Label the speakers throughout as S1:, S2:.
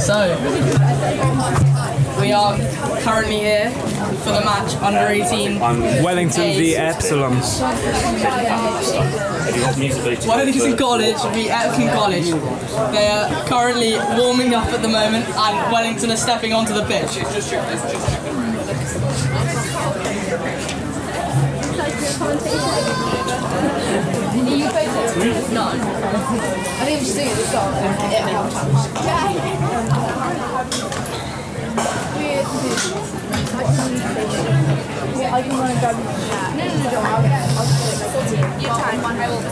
S1: So, we are currently here for the match under 18.
S2: Wellington v Epsilon.
S1: Wellington College v Epsom College. They are currently warming up at the moment and Wellington are stepping onto the pitch.
S3: I think I'm just singing the song. I can run and grab you from that. No, no, no, don't. I'll get it. I'll get it. I'll get it. You have time. I will.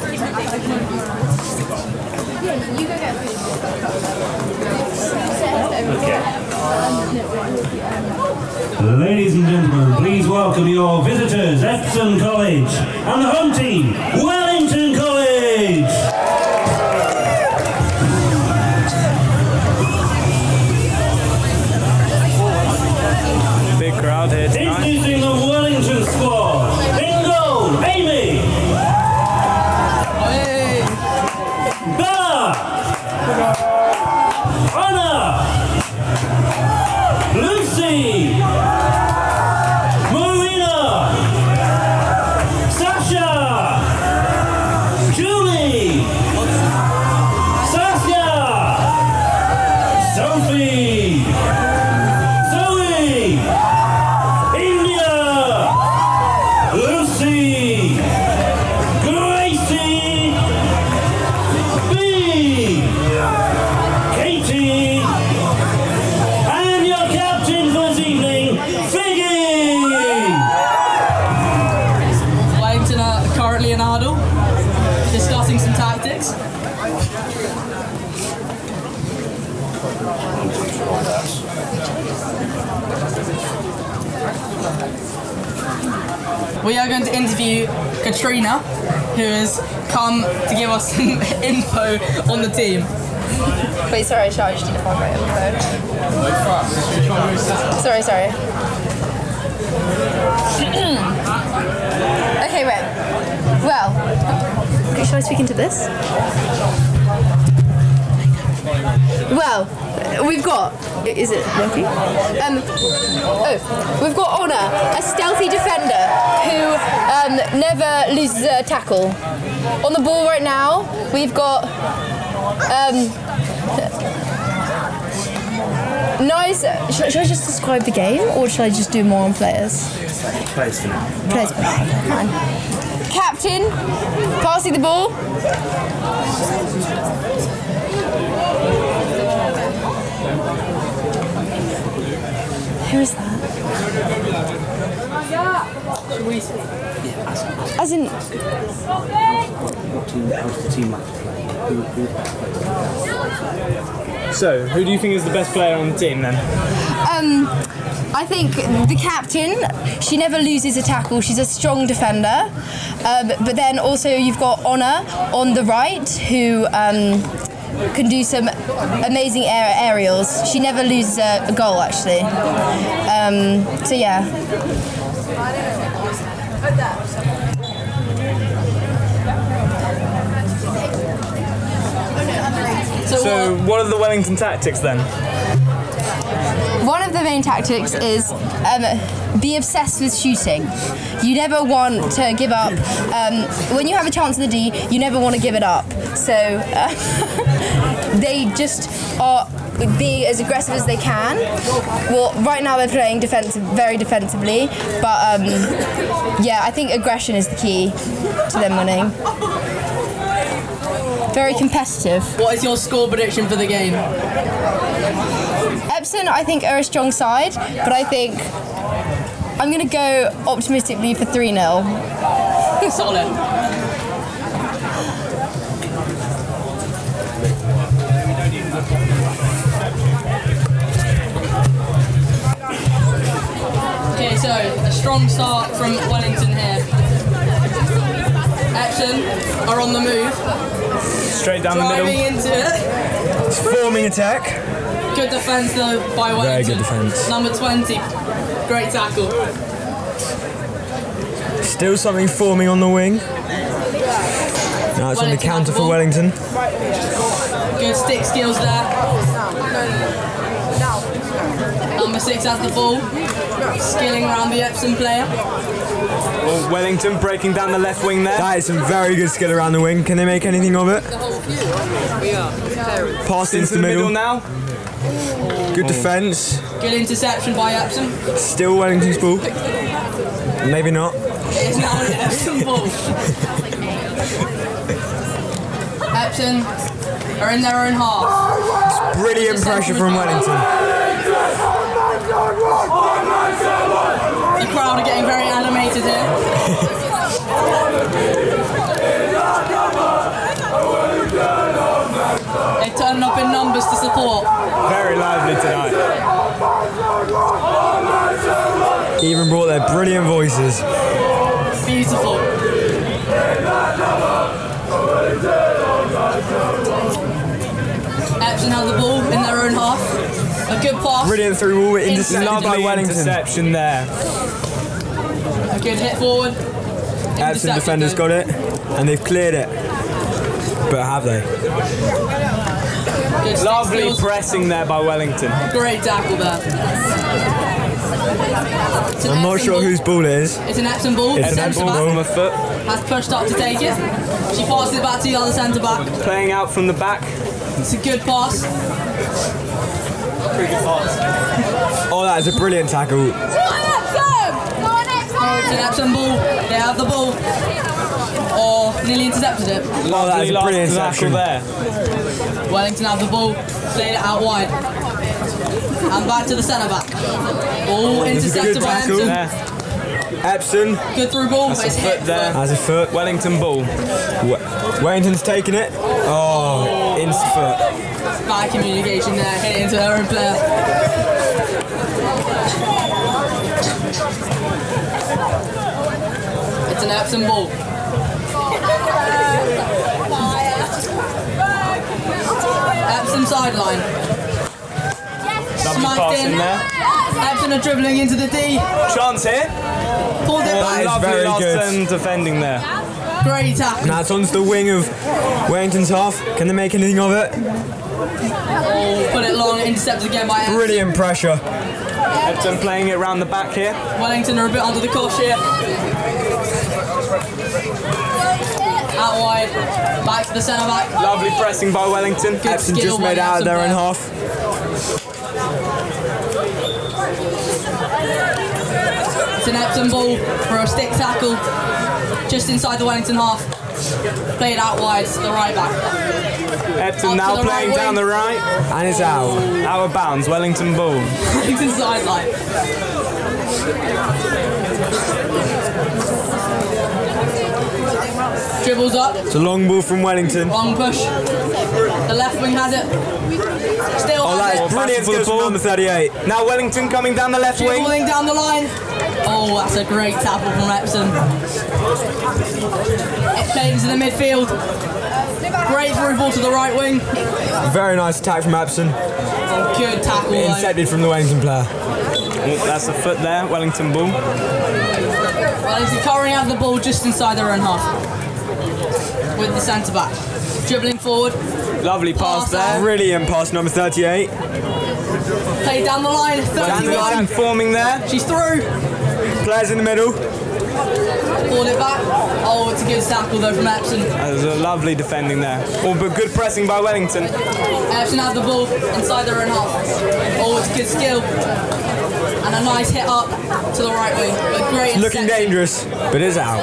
S3: I can run. Yeah, you go get food.
S4: Ladies and gentlemen, please welcome your visitors, Epsom College and the home team, Wellington College.
S2: Big crowd here tonight.
S4: Introducing the Wellington squad. In goal, Amy,
S1: Oh, Hey!
S4: Bella, Anna, Lucy, Marina, Sasha, Julie, Sasha, Sophie, Zoe, India, Lucy, Gracie, B. Katie. And your captain for this evening, Figgy.
S1: Wellington are currently in a huddle, discussing some tactics. We are going to interview Katrina, who has come to give us some info on the team.
S3: Wait, sorry, I charged you the phone right on the phone. Sorry, sorry. okay, right. Well, okay, shall I speak into this? Well, we've got. Is it working? Um, oh, we've got Honor, a stealthy defender who um, never loses a tackle. On the ball right now, we've got Nice. Should, should I just describe the game, or should I just do more on players? Players for now. Players for now. Captain, passing the ball. Who is that? As in,
S2: So, who do you think is the best player on the team then?
S3: um, I think the captain. She never loses a tackle. She's a strong defender. Um, but then also you've got Honor on the right, who um, can do some amazing air aerials. She never loses a, a goal actually. Um, so yeah,
S1: So,
S2: So, what are the Wellington tactics then?
S3: one of the main tactics is. Um, be obsessed with shooting. You never want to give up. Um, when you have a chance in the D, you never want to give it up. So uh, they just are being as aggressive as they can. Well, right now they're playing defensive, very defensively, but um, yeah, I think aggression is the key to them winning. Very competitive.
S1: what is your score prediction for the game?
S3: Epsom, I think, are a strong side, but I think I'm going to go optimistically for 3 0.
S1: Solid. Okay, so a strong start from Wellington here. Epsom are on the move,
S2: Straight down the
S1: driving
S2: middle.
S1: into it.
S5: Forming attack.
S1: Good defence though by Wellington.
S5: Very good defence.
S1: Number 20, great tackle.
S5: Still something forming on the wing. Now it's on the
S1: Wellington have the
S5: counter for
S1: ball.
S5: Wellington.
S1: good stick skills there. Number six has the ball, skilling around the Epsom player.
S6: Well, Wellington breaking down the left wing there.
S2: That is some very good skill around the wing. Can they make anything of it? Pass
S6: Into
S2: into
S6: the middle
S2: middle. Oh.
S6: now.
S2: Good defence.
S1: Good interception by Epsom.
S2: Still Wellington's ball. Maybe not.
S1: It's now an Epsom ball. Epsom are in their own half.
S2: Brilliant pressure from Wellington.
S1: The crowd are getting very animated here. They're turning up in numbers to support.
S6: Very lively tonight.
S2: Even brought their brilliant voices.
S1: Beautiful. Epsom have the ball in their own half. A good pass.
S2: Brilliant through ball. Intercepted by
S6: Lovely
S2: Wellington.
S6: interception there.
S1: A good hit forward.
S2: Epsom
S1: Intercepted
S2: defenders
S1: though.
S2: got it and they've cleared it. But have they?
S1: Good stick
S6: Lovely
S1: skills.
S6: pressing there by Wellington.
S1: Great tackle there. It's an
S2: I'm not
S1: Epsom
S2: sure
S1: ball.
S2: whose ball it is.
S1: It's an Epsom ball.
S2: It's an
S1: centre
S2: Epsom
S6: Ball
S2: ball.
S1: back
S6: from a foot.
S1: has pushed up to take it. She passes it back to the other centre back.
S6: Playing out from the back.
S1: It's a good pass.
S2: Oh, that is a brilliant tackle.
S1: It's an Epsom ball. They have the ball. Or nearly intercepted it.
S2: Oh, that is a
S6: Lovely
S2: brilliant
S6: last
S2: interception.
S6: tackle there.
S1: Wellington have the ball, played it out wide. And back to the centre back. Ball
S2: is a
S1: intercepted
S2: good
S1: by Hampton.
S2: tackle.
S6: There.
S2: Epsom
S1: Good through ball, but it's
S6: That's a
S1: hit.
S6: foot there.
S2: has a foot.
S6: Wellington ball.
S2: We- Wellington's taking it. Oh, insta foot.
S1: Bad communication there, hit it into her own player. It's an Epsom ball. Epsom sideline.
S6: Lovely
S1: Smacked
S6: pass
S1: in.
S6: in there.
S1: Epsom are dribbling into the D.
S6: Chance here.
S1: Pulled it
S2: That
S1: back.
S2: is
S6: Lovely
S2: very
S6: last
S2: good.
S6: um, defending there.
S1: Great tackle.
S2: Now it's onto the wing of Wellington's half. Can they make anything of it?
S1: Oh, put it long, intercepted again by Epsom.
S2: Brilliant pressure.
S6: Epsom playing it round the back here.
S1: Wellington are a bit under the cosh here. Out wide, back to the centre back.
S6: Lovely pressing by Wellington.
S1: Good
S2: Epsom
S1: skill
S2: just made
S1: by
S2: out of their own
S1: Epsom there.
S2: half.
S1: It's an Epsom ball for a stick tackle, just inside the Wellington half. Played out wide to the right back.
S6: Epsom
S1: Up to
S6: now
S1: the
S6: playing
S1: right
S6: down
S1: wing.
S6: the right.
S2: And it's out.
S6: Out of bounds. Wellington ball.
S1: Wellington sideline. Dribbles up,
S2: It's a long ball from Wellington.
S1: long push. The left wing has it. Still
S2: Oh,
S1: has
S2: that
S1: it.
S2: is brilliant
S6: Basketball
S2: skills from
S6: ball.
S2: number 38.
S6: Now Wellington coming down the left wing.
S1: Dribbling down the line. Oh, that's a great tackle from Epsom. It plays in the midfield. Great through ball to the right wing.
S2: Very nice attack from Epsom.
S1: Good tackle. though.
S2: Intercepted from the Wellington player.
S6: Oh, that's a foot there. Wellington ball.
S1: Wellington currently have the ball just inside their own half with the centre back. Dribbling forward,
S6: Lovely pass
S1: Pass
S6: there.
S2: Brilliant pass, number 38.
S1: play down the line.
S6: Down the
S1: 31.
S6: line forming there.
S1: She's through.
S2: Players in the middle.
S1: Ball it back. Oh, it's a good tackle though from Epsom.
S6: That was Uh, a lovely defending there. Oh, but good pressing by Wellington.
S1: Everton have the ball inside their own half. Oh, it's good skill. And a nice hit up to the right wing. But great
S2: Looking
S1: interception.
S2: dangerous, but it's out.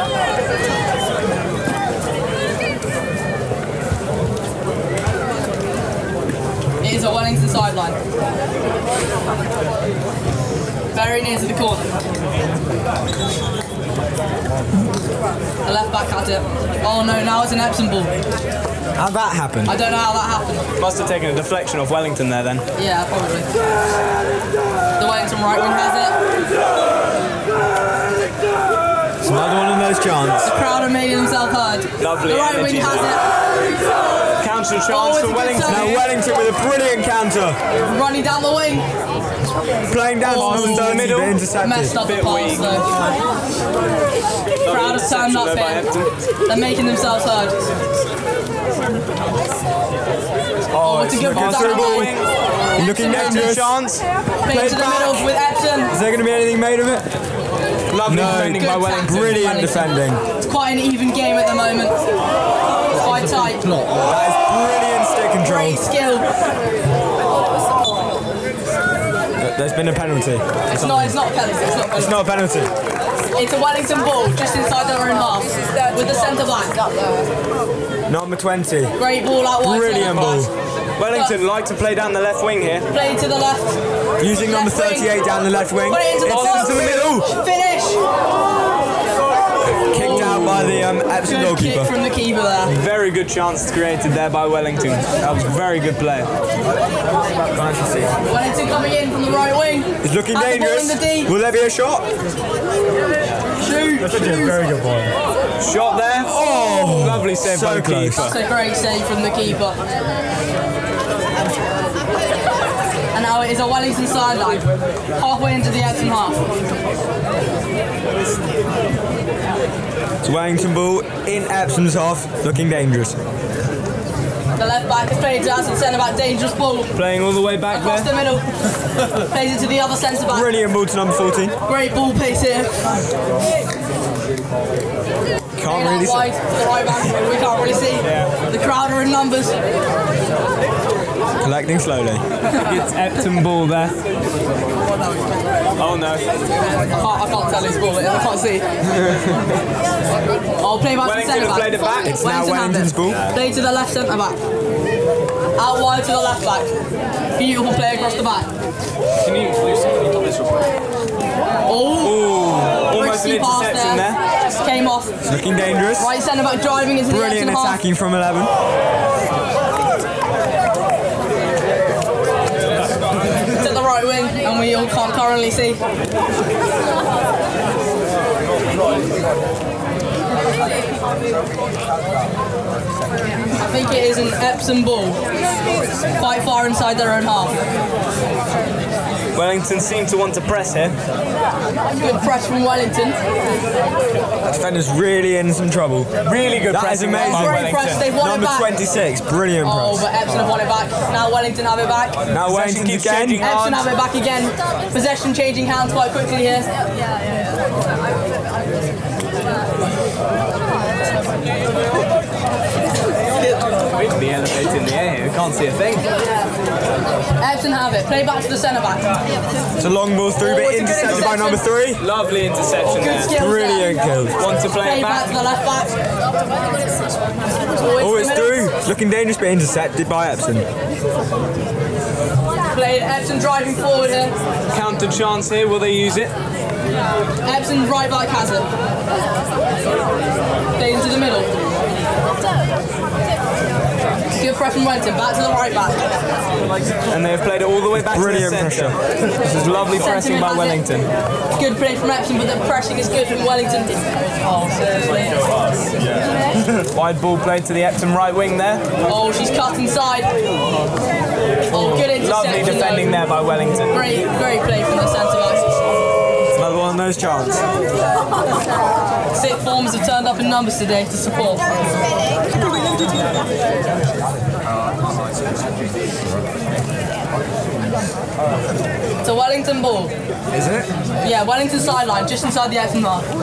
S1: It is a Wellington sideline. Very near to the corner. The left back had it. Oh no, now it's an Epsom ball.
S2: How'd that happen?
S1: I don't know how that happened.
S6: Must have taken a deflection off Wellington there then.
S1: Yeah, probably. The Wellington right wing has it.
S2: It's another one of those chances.
S1: The crowd are making themselves heard.
S6: Lovely
S1: The right
S6: energy
S1: wing has
S6: there.
S1: it.
S6: Counter chance
S1: Oh, it's a
S6: for
S1: good
S6: Wellington.
S2: Now
S1: tackle.
S2: Wellington with a brilliant counter.
S1: Running down the wing.
S2: Playing down
S1: Oh,
S2: to number 30,
S6: middle.
S2: but
S1: Messed
S2: intercepted.
S1: up the
S6: Bit
S1: pass
S6: weak.
S1: though. Crowd have turned
S6: Interception
S1: up
S6: there by
S1: here.
S6: Epton.
S1: They're making themselves heard.
S2: Oh,
S1: forward to good
S2: looking
S1: down
S2: through
S1: the
S2: ball wing.
S1: line.
S2: Looking next to a chance.
S1: Big to the
S2: back.
S1: middle with Epson.
S2: Is there going to be anything made of it? Lovely
S6: No.
S2: defending by
S1: Good
S2: Wellington.
S1: tactics,
S2: Brilliant
S1: Wellington.
S2: defending.
S1: It's quite an even game at the moment. It's Quite tight.
S2: That is brilliant stick
S1: Great
S2: control.
S1: skill.
S2: But There's been a penalty.
S1: It's not. It's not a penalty. It's not. a
S2: It's
S1: penalty.
S2: not a penalty.
S1: It's a Wellington ball just inside their own half with the centre back.
S2: Number 20.
S1: Great ball out wide.
S2: Brilliant ball. Wellington like to play down the left wing here.
S1: Play to the left.
S2: Using number
S1: Left wing.
S2: 38 down the left wing.
S1: Put it into the, box.
S2: It's into the middle.
S1: Finish.
S2: Kicked out by the um, Epsom
S1: Good kick
S2: goalkeeper.
S1: from the keeper there.
S2: Very good chance created there by Wellington. That was a very good play. Fantasy.
S1: Wellington coming in from the right wing.
S2: It's looking
S1: And the ball
S2: dangerous.
S1: in the D.
S2: Will there be a shot?
S1: Shoot. shoot.
S2: good ball. Shot there. Oh, lovely save by the
S6: close.
S2: keeper.
S1: That's a great save from the keeper. And now it is a Wellington sideline, halfway into the Epsom half.
S2: It's Wellington ball in Epsom's half, looking dangerous.
S1: The left back is played to Aston centre back, dangerous ball.
S2: Playing all the way back
S1: Across
S2: there.
S1: the middle, plays it to the other centre back.
S2: Brilliant ball to number 14.
S1: Great ball pace here. Played
S2: Can't
S1: out
S2: really see.
S1: wide to the right back. We can't really see. The crowd are in numbers.
S2: Collecting slowly.
S6: It's Epton ball there.
S2: Oh no.
S1: I can't, I can't tell who's ball it is. I can't see. I'll play back to the
S2: Wellington
S1: centre
S2: have
S1: back.
S2: played it back. It's now
S1: have
S2: Wellington's
S1: it.
S2: ball.
S1: Play to the left centre back. Out wide to the left back. Beautiful play across the back.
S6: Can you
S1: Oh,
S2: Almost an
S1: risky pass
S2: interception there.
S1: Just came off.
S2: Looking dangerous.
S1: Right centre back driving into
S2: Brilliant
S1: the Epsom half.
S2: attacking from 11.
S1: It's at the right wing, and we all can't currently see. I think it is an Epsom ball, quite far inside their own half.
S2: Wellington seem to want to press here.
S1: Good press from Wellington.
S2: That defender's really in some trouble.
S6: Really good
S2: That is
S6: pressing
S2: amazing.
S6: by
S1: Great
S6: Wellington.
S1: press, they've won it
S2: Number
S1: back.
S2: 26, brilliant
S1: Oh,
S2: press.
S1: but Epsom have won it back. Now Wellington have it back.
S2: Now
S6: Possession
S2: Wellington's
S6: keeps
S2: again.
S6: changing.
S1: Epsom have it back again. Possession changing hands quite quickly here.
S6: The elevator in the air here. We can't see a thing.
S1: Epsom have it. Play back to the centre back.
S2: It's a long ball through,
S1: Oh,
S2: but
S1: it's a good
S2: intercepted by
S1: interception.
S2: number three.
S6: Lovely interception
S1: Good
S6: there.
S1: skills
S2: Brilliant
S1: there.
S2: kill.
S6: Want to play
S1: Play
S6: it
S1: back
S6: back?
S1: to the left back.
S2: Oh,
S1: to
S2: it's
S1: the
S2: through.
S1: middle.
S2: It's Looking dangerous, but intercepted by Epson.
S1: Play Epsom driving forward here.
S6: Counter chance here. Will they use it?
S1: Epsom right back has it. Play into the middle. Good press from Wellington. Back to the right back.
S2: And they have played it all the way back
S6: Brilliant
S2: to the centre. This is lovely
S1: Centre
S2: pressing by
S1: has it.
S2: Wellington.
S1: Good play from Epsom, but the pressing is good from Wellington.
S2: Wide ball played to the Epsom right wing there.
S1: Oh, she's cut inside. Oh, good interception.
S2: Lovely
S1: though.
S2: defending there by Wellington.
S1: Great, great play from the centre backs.
S2: Another one of those chance.
S1: Sick forms have turned up in numbers today to support. So Wellington ball.
S2: Is it?
S1: Yeah, Wellington sideline, just inside the Epsom half. Play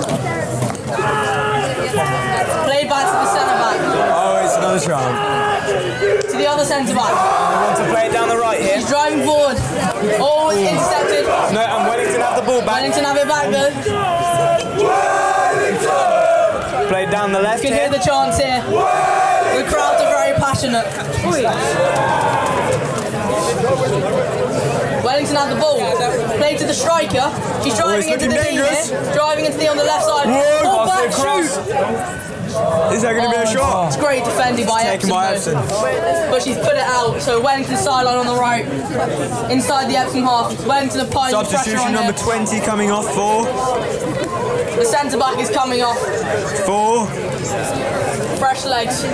S1: back to the centre back,
S2: Oh, it's another chance.
S1: to the other centre back.
S2: They want to play it down the right here.
S1: He's driving forward. Oh, it's intercepted.
S2: No, and Wellington have the ball back.
S1: Wellington have it back though.
S2: Played down the left
S1: You can hear
S2: here.
S1: the chants here. The crowds are very passionate. Wellington had the ball. Played to the striker. She's driving
S2: Oh, it's
S1: into the
S2: looking
S1: D
S2: dangerous.
S1: here. Driving into the on the left side.
S2: Whoa,
S1: Ball
S2: off
S1: back,
S2: the cross.
S1: shoot.
S2: Is there going to be
S1: Oh.
S2: a shot?
S1: It's great defending by
S2: Taken
S1: Epsom,
S2: by
S1: though. But she's put it out. So Wellington sideline on the right. Inside the Epsom half. Wellington applies the pressure on
S2: Substitution number
S1: her.
S2: 20 coming off for
S1: The centre back is coming off.
S2: four.
S1: Fresh legs. we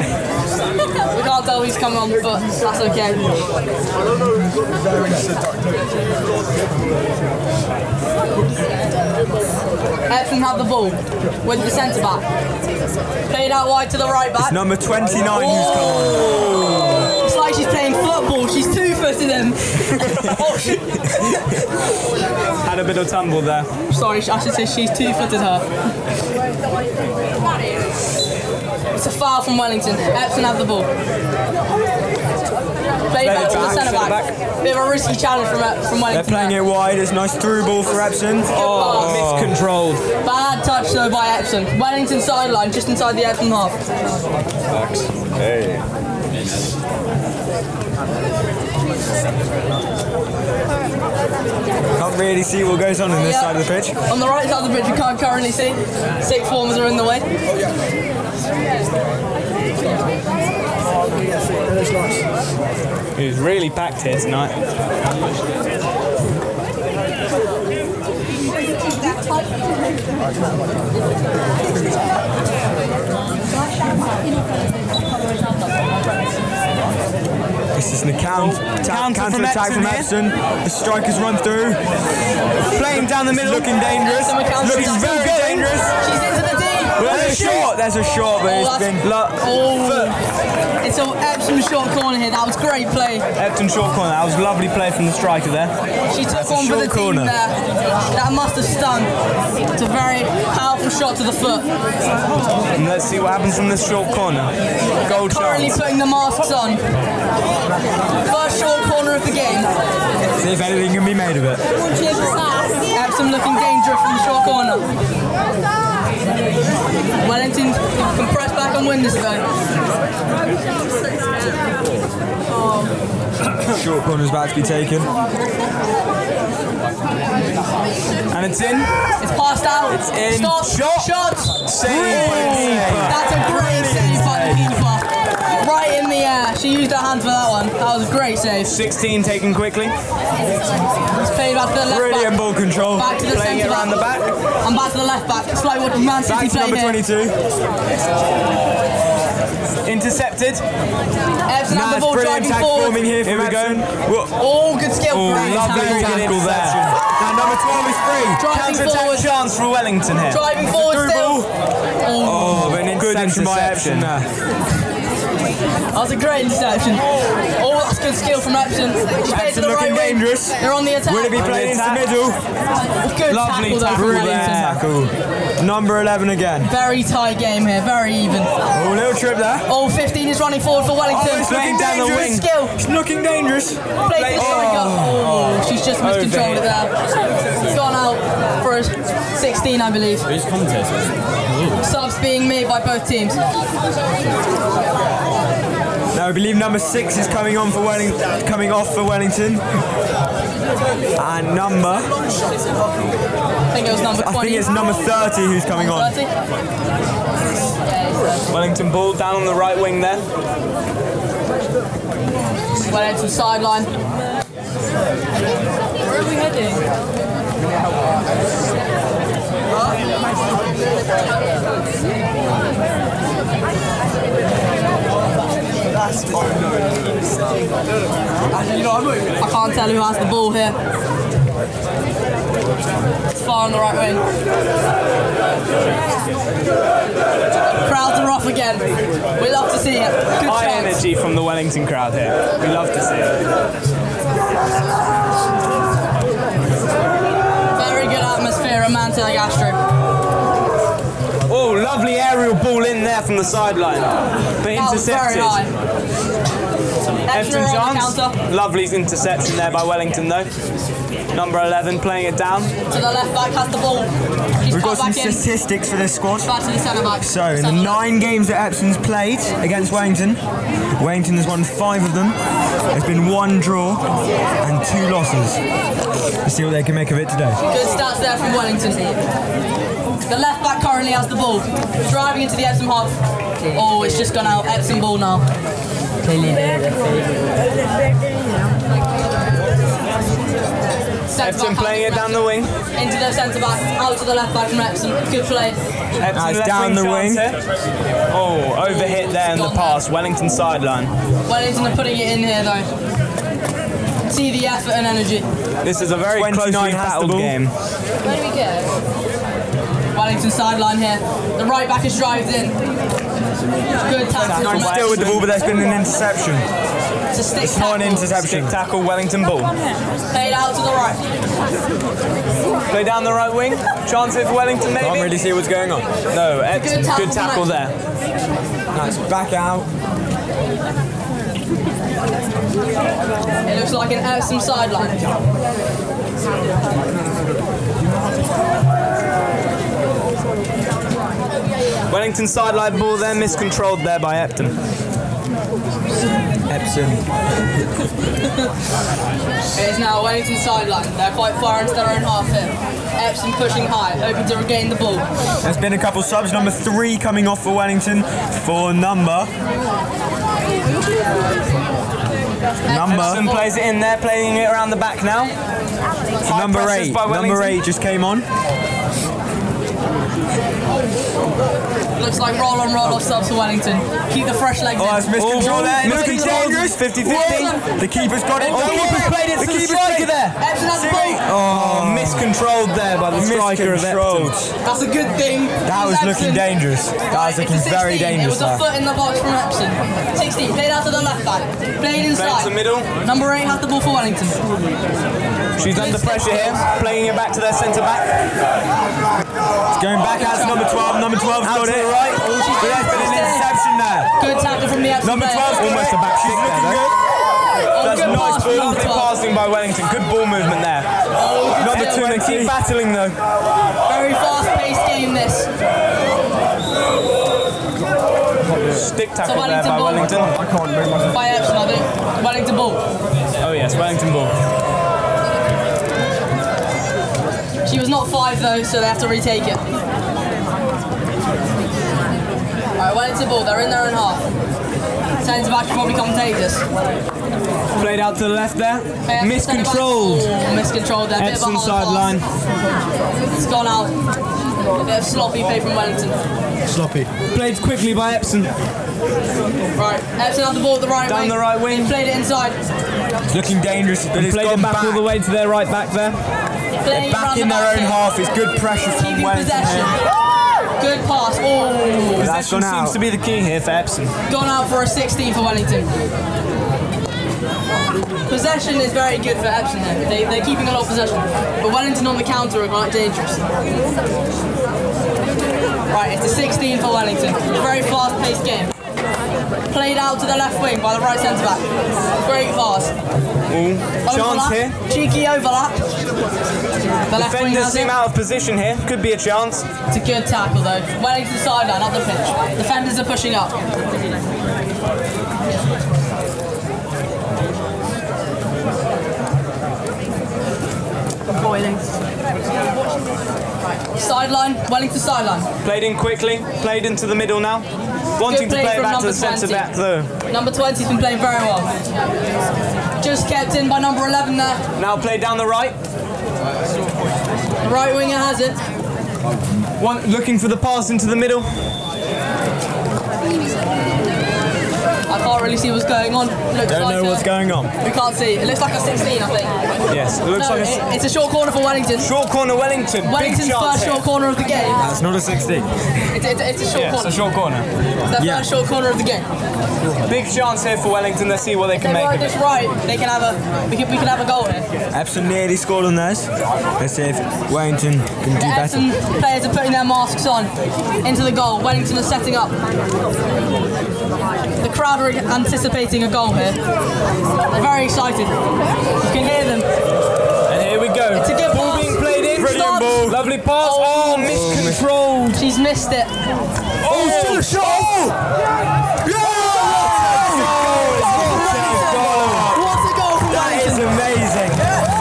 S1: can't tell who's coming on, but that's okay. Epsom have the ball with the centre back. Played out wide to the right back.
S2: Number 29 who's come on.
S1: It's like like she's playing football. She's two footed him. oh, she,
S6: Had a bit of tumble there.
S1: sorry, I should say she's two footed her. It's a foul from Wellington. Epson had the ball. Played back to the
S2: back,
S1: centre
S2: centre
S1: back. Bit of a risky challenge from Ep- from
S2: They're
S1: Wellington.
S2: playing
S1: there.
S2: it wide. It's a nice through ball for Epson.
S1: Oh.
S2: miscontrolled.
S1: Bad touch though by Epson. Wellington sideline, just inside the Epson half.
S7: Hey.
S2: Can't really see what goes on in this
S1: Yeah.
S2: side of the pitch.
S1: On the right side of the bridge, you can't currently see. Six formers are in the way.
S6: It was really packed here tonight.
S2: This is the count, ta-
S6: Counter
S2: counter
S6: from
S2: attack from
S6: Epson
S2: Epson. The strikers run through. Playing down the middle. Looking dangerous.
S1: Epson with counter
S2: Looking
S1: attack.
S2: very
S1: Still going.
S2: dangerous.
S1: She's into the D.
S2: Well,
S1: Oh,
S2: there's a
S1: shit.
S2: shot. There's a shot, but
S1: Oh,
S2: it's
S1: that's-
S2: been luck.
S1: Oh.
S2: Foot.
S1: It's an Epsom short corner here. That was great play.
S6: Epton short corner. That was lovely play from the striker there.
S1: She took
S2: a
S1: one for
S2: short
S1: the
S2: corner.
S1: team there. That must have stung. It's a very powerful shot to the foot.
S6: And let's see what happens from this short corner. Goal
S1: Currently
S6: chance.
S1: putting the masks on. First short corner of the game.
S2: See if anything can be made of it.
S1: Epsom looking dangerous from the short corner. Wellington can press back on Winders though.
S2: Short corner's about to be taken.
S6: And it's in.
S1: It's passed out. It's
S6: in.
S1: Stop.
S6: Shot.
S1: Shot.
S2: Save by the keeper.
S1: That's a great save by the keeper. Right in the air. She used her hand for that one. That was a great save.
S6: 16 taken quickly.
S1: It's played back to the left
S2: Brilliant
S1: back.
S2: ball control.
S1: Back to the
S6: Playing it
S1: centre
S6: around the back.
S1: And back to the left back. It's like what Man City
S2: Back to
S1: played
S2: number
S1: here.
S2: 22.
S6: Intercepted.
S1: Epsom had the
S2: That's
S1: ball
S2: brilliant
S1: driving
S2: tag
S1: forward.
S2: forming here.
S6: Here we
S2: Here we go.
S1: Oh, good skill.
S2: Oh,
S1: Great
S2: lovely
S1: tackle.
S2: tackle there.
S6: interception.
S2: Now number 12 is free.
S1: Driving
S6: Counter attack
S1: forward.
S6: chance for Wellington here.
S1: Driving forward
S2: through
S1: still.
S2: ball.
S1: Oh,
S2: Oh, but an
S6: Good
S2: interception by
S6: interception.
S2: Epson there.
S1: that was a great interception. Oh, that's good skill from Epsom. Just played to
S2: Epson
S1: the
S2: looking
S1: right wing.
S2: dangerous.
S1: They're on the attack.
S2: Will it be played into the
S6: attack.
S2: middle?
S1: Good
S6: Lovely
S1: tackle, though, from
S2: Brilliant
S1: Wellington.
S2: tackle. Number 11 again.
S1: Very tight game here. Very even.
S2: Oh, little trip there.
S1: Oh, 15 is running forward for Wellington.
S2: Oh, it's looking
S1: Played
S2: down the
S1: dangerous
S2: wing.
S1: Skill.
S2: It's looking dangerous.
S1: Played to the striker. Oh, she's just miscontrolled it there. It's gone out for a 16, I believe.
S8: Who's commentating?
S1: Subs being made by both teams.
S2: Now I believe number six is coming on for Welling, coming off for Wellington. And number,
S1: I think it was number 20.
S2: I think it's number 30 who's coming on.
S1: 30.
S6: Wellington ball down on the right wing there.
S1: Went into the sideline. Where are we heading? I can't tell who has the ball here. It's far on the right wing. Crowds are off again. We love to see it. Good
S6: High
S1: chance.
S6: energy from the Wellington crowd here. We love to see it.
S1: Very good atmosphere at Mantelli Gastro.
S6: Oh, lovely aerial ball in there from the sideline. But
S1: That was very
S6: intercepted.
S1: high. Extra
S6: Efton
S1: on the
S6: chance.
S1: counter
S6: Lovely interception there by Wellington though. Number 11 playing it down.
S1: to the left back has the ball. She's
S2: We've got
S1: cut
S2: some
S1: back in.
S2: statistics for this squad.
S1: Back to the centre back.
S2: So, in the
S1: Centre back.
S2: nine games that Epson's played against Wellington, Wellington has won five of them. There's been one draw and two losses. Let's see what they can make of it today.
S1: Good stats there from Wellington. The left back currently has the ball. Driving into the Epsom half. Oh, it's just gone out. Epsom ball now. Centre
S6: Epton
S1: back
S6: playing it
S1: has
S6: down the wing.
S1: Into the centre back, out to the left back from Epsom. Good play.
S6: Epton
S2: Nice,
S6: left
S2: down the
S6: chance
S2: wing.
S6: here. Oh, overhit there in the pass. Wellington sideline.
S1: Wellington are putting it in here though. See the effort and energy.
S6: This is a very
S2: 29
S6: closely
S2: has the
S6: battled
S2: ball.
S6: game.
S9: Where do we go?
S1: Wellington sideline here. The right back is drived in. Good tackle.
S2: Still with the ball, but there's been an interception.
S1: It's a stick
S2: It's not an
S1: tackle.
S2: interception.
S6: Stick tackle, Wellington ball.
S1: Played out to the right.
S6: Play down the right wing. Chance here for Wellington, maybe.
S2: Can't really see what's going on.
S6: No, excellent.
S1: tackle
S6: Good tackle
S1: from
S6: there.
S2: Nice. Back out.
S1: It looks like an Epsom sideline.
S6: Wellington sideline ball there, miscontrolled there by Epton.
S2: Epsom.
S1: It is now Wellington sideline. They're quite far into their own half here. Epsom pushing high, hoping to regain the ball.
S2: There's been a couple subs. Number three coming off for Wellington for number.
S6: Epson
S2: Number
S6: plays it in there, playing it around the back now. High
S2: number
S6: presses
S2: eight.
S6: by
S2: Number
S6: Wellington.
S2: eight just came on.
S1: Looks like roll on roll off subs for Wellington. Keep the fresh legs in.
S2: Oh, that's
S6: Oh,
S2: miscontrol there. Looking
S6: miscontrol.
S2: dangerous.
S6: 50-50.
S2: The keeper's got it.
S6: Oh, the keeper's played it to the striker there.
S1: Epsom has the ball.
S6: Oh, miscontrolled there by the striker of Epton.
S2: Miscontrolled.
S1: That's a good thing.
S2: That was looking dangerous. That was
S1: It's
S2: looking
S1: a 16.
S2: very dangerous
S1: It was a
S2: there.
S1: foot in the box from Epsom. 60, played out to the left back. Played inside.
S6: to middle.
S1: Number 8 had the ball for Wellington.
S6: She's under pressure here, playing it back to their centre back.
S2: It's going back out to number 12. Number 12's
S6: Out
S2: got
S6: to
S2: it.
S6: the right. Oh,
S2: But there's been an interception there.
S1: Good tackle from the Epsom
S2: Number 12
S1: player.
S2: 's got
S6: Almost
S2: it.
S6: a back
S2: She's
S6: kick there,
S2: looking
S6: though.
S2: good.
S1: Oh,
S6: That's
S1: good
S6: nice
S1: pass from
S6: ball
S1: number
S6: Good
S1: 12.
S6: passing by Wellington. Good ball movement there. Number two, they keep battling though.
S1: Very fast-paced game this.
S6: Stick
S1: So
S6: tackle there
S1: Wellington
S6: by
S1: ball.
S6: Wellington.
S1: By Epsom, I think. Wellington ball.
S6: Oh yes, Wellington ball.
S1: She was not five though, so they have to retake it. Alright, Wellington ball, they're in their own half. Centre back should probably come contagious.
S6: Played out to the left there.
S1: Fair.
S6: Miscontrolled.
S1: Oh, miscontrolled there. Bit of a
S6: Epsom
S1: hard
S6: sideline.
S1: pass. It's gone out. A bit of sloppy play from Wellington.
S10: Sloppy.
S6: Played quickly by Epsom.
S1: Right, Epsom had the ball at the right
S6: Down
S1: wing.
S6: the right wing.
S1: They played it inside.
S2: It's looking dangerous, but it's
S6: Played
S2: gone
S6: it back,
S2: back.
S6: all the way to their right back there.
S1: Playing it
S2: Back
S1: round
S2: in
S1: the
S2: their
S1: back
S2: own
S1: here.
S2: half. It's good pressure from
S1: Keeping
S2: Wellington.
S1: possession.
S2: here.
S1: Good pass. Oh,
S2: That's
S6: Possession
S2: gone out.
S6: seems to be the key here for Epsom.
S1: gone out for a 16 for Wellington. Possession is very good for Epsom though. They, they're keeping a lot of possession. But Wellington on the counter are quite dangerous. Right, it's a 16 for Wellington. Very fast paced game. Played out to the left wing by the right centre back. Great pass.
S6: Chance
S1: Overlap.
S6: here.
S1: Cheeky overlap. The left wing
S6: Defenders
S1: has
S6: seem
S1: it.
S6: out of position here. Could be a chance.
S1: It's a good tackle though. Wellington sideline, up the pitch. Defenders are pushing up. Boiling. Sideline, Wellington sideline.
S6: Played in quickly. Played into the middle now. Wanting
S1: Good
S6: to
S1: play
S6: play it
S1: from
S6: back to
S1: number
S6: the centre
S1: 20.
S6: back though.
S1: Number 20's been playing very well. Just kept in by number 11 there.
S6: Now played down the right.
S1: The right winger has it.
S6: One looking for the pass into the middle.
S1: I can't really see what's going on. Looks
S2: Don't
S1: like
S2: know what's
S1: a-
S2: going on.
S1: We can't see. It looks like a 16, I think.
S6: Yes, it looks
S1: no,
S6: like a s-
S1: it- it's a short corner for Wellington.
S6: short corner. Wellington.
S1: Wellington's
S6: Big chance.
S1: first
S6: here.
S1: short corner of the game.
S2: It's not a 16.
S1: It's, it's, it's a short
S6: Yes,
S1: corner.
S6: a short corner.
S1: Their
S2: Yeah.
S1: first short corner of the game.
S6: Big chance here for Wellington. Let's see what they
S1: If they
S6: can
S1: ride
S6: make of
S1: this
S6: it.
S1: right, they can have a we can, we can have a goal here.
S2: Epsom nearly scored on theirs. Let's see if Wellington can
S1: The
S2: do better.
S1: Epsom players are putting their masks on into the goal. Wellington is setting up. The crowd are anticipating a goal here. They're very excited. You can hear them.
S6: And here we go.
S1: It's a good
S6: ball
S1: pass.
S6: being played in.
S1: Brilliant Stops. ball.
S6: Lovely pass. Oh, miscontrolled.
S1: She's missed it.
S6: Oh, still a shot.
S1: What's a goal from
S2: That is
S1: Wellington?
S2: amazing.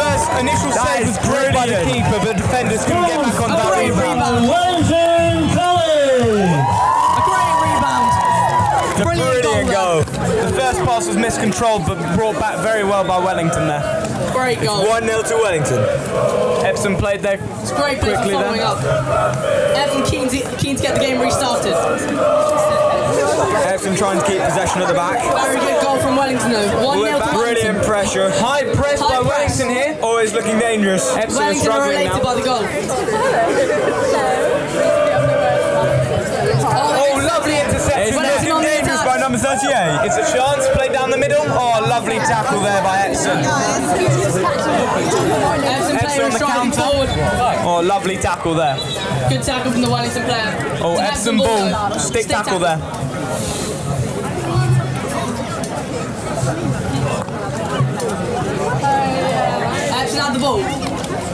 S6: First initial
S2: That
S6: save
S2: is
S6: was great by the
S2: brilliant.
S6: keeper, but defenders couldn't get back on
S1: A
S6: that
S1: great
S6: rebound.
S1: rebound.
S4: Wellington College!
S1: A great rebound.
S6: It's a
S1: Brilliant
S6: brilliant
S1: goal
S6: goal. The first pass was miscontrolled, but brought back very well by Wellington there.
S1: Great goal.
S2: 1 0 to Wellington.
S6: Epsom played there.
S1: It's great play for
S6: Quickly then.
S1: following up. Evan keen to, keen to get the game restarted.
S2: Epsom trying to keep possession at the back.
S1: Very good goal from Wellington though. 1 0 to Wellington.
S2: Brilliant pressure.
S6: High press
S1: High
S6: by
S1: press.
S6: Wellington here.
S2: Always looking dangerous.
S6: Epsom is
S1: Wellington are
S6: struggling
S1: related
S6: now.
S1: by the goal.
S6: Oh, lovely interception.
S1: Wellington
S6: Looking
S1: on the
S6: dangerous
S1: attack.
S6: by
S2: number 38.
S6: It's a chance, played down the middle. Oh, lovely tackle there by Epson.
S1: Epsom
S6: Epsom
S1: player
S6: on
S1: is
S6: the
S1: striding
S6: counter.
S1: forward.
S6: Oh, lovely tackle there.
S1: Good tackle from the Wellington player.
S6: Oh,
S1: It's an
S6: Epsom
S1: though.
S6: ball. Stick tackle there.
S1: Epsom had the ball.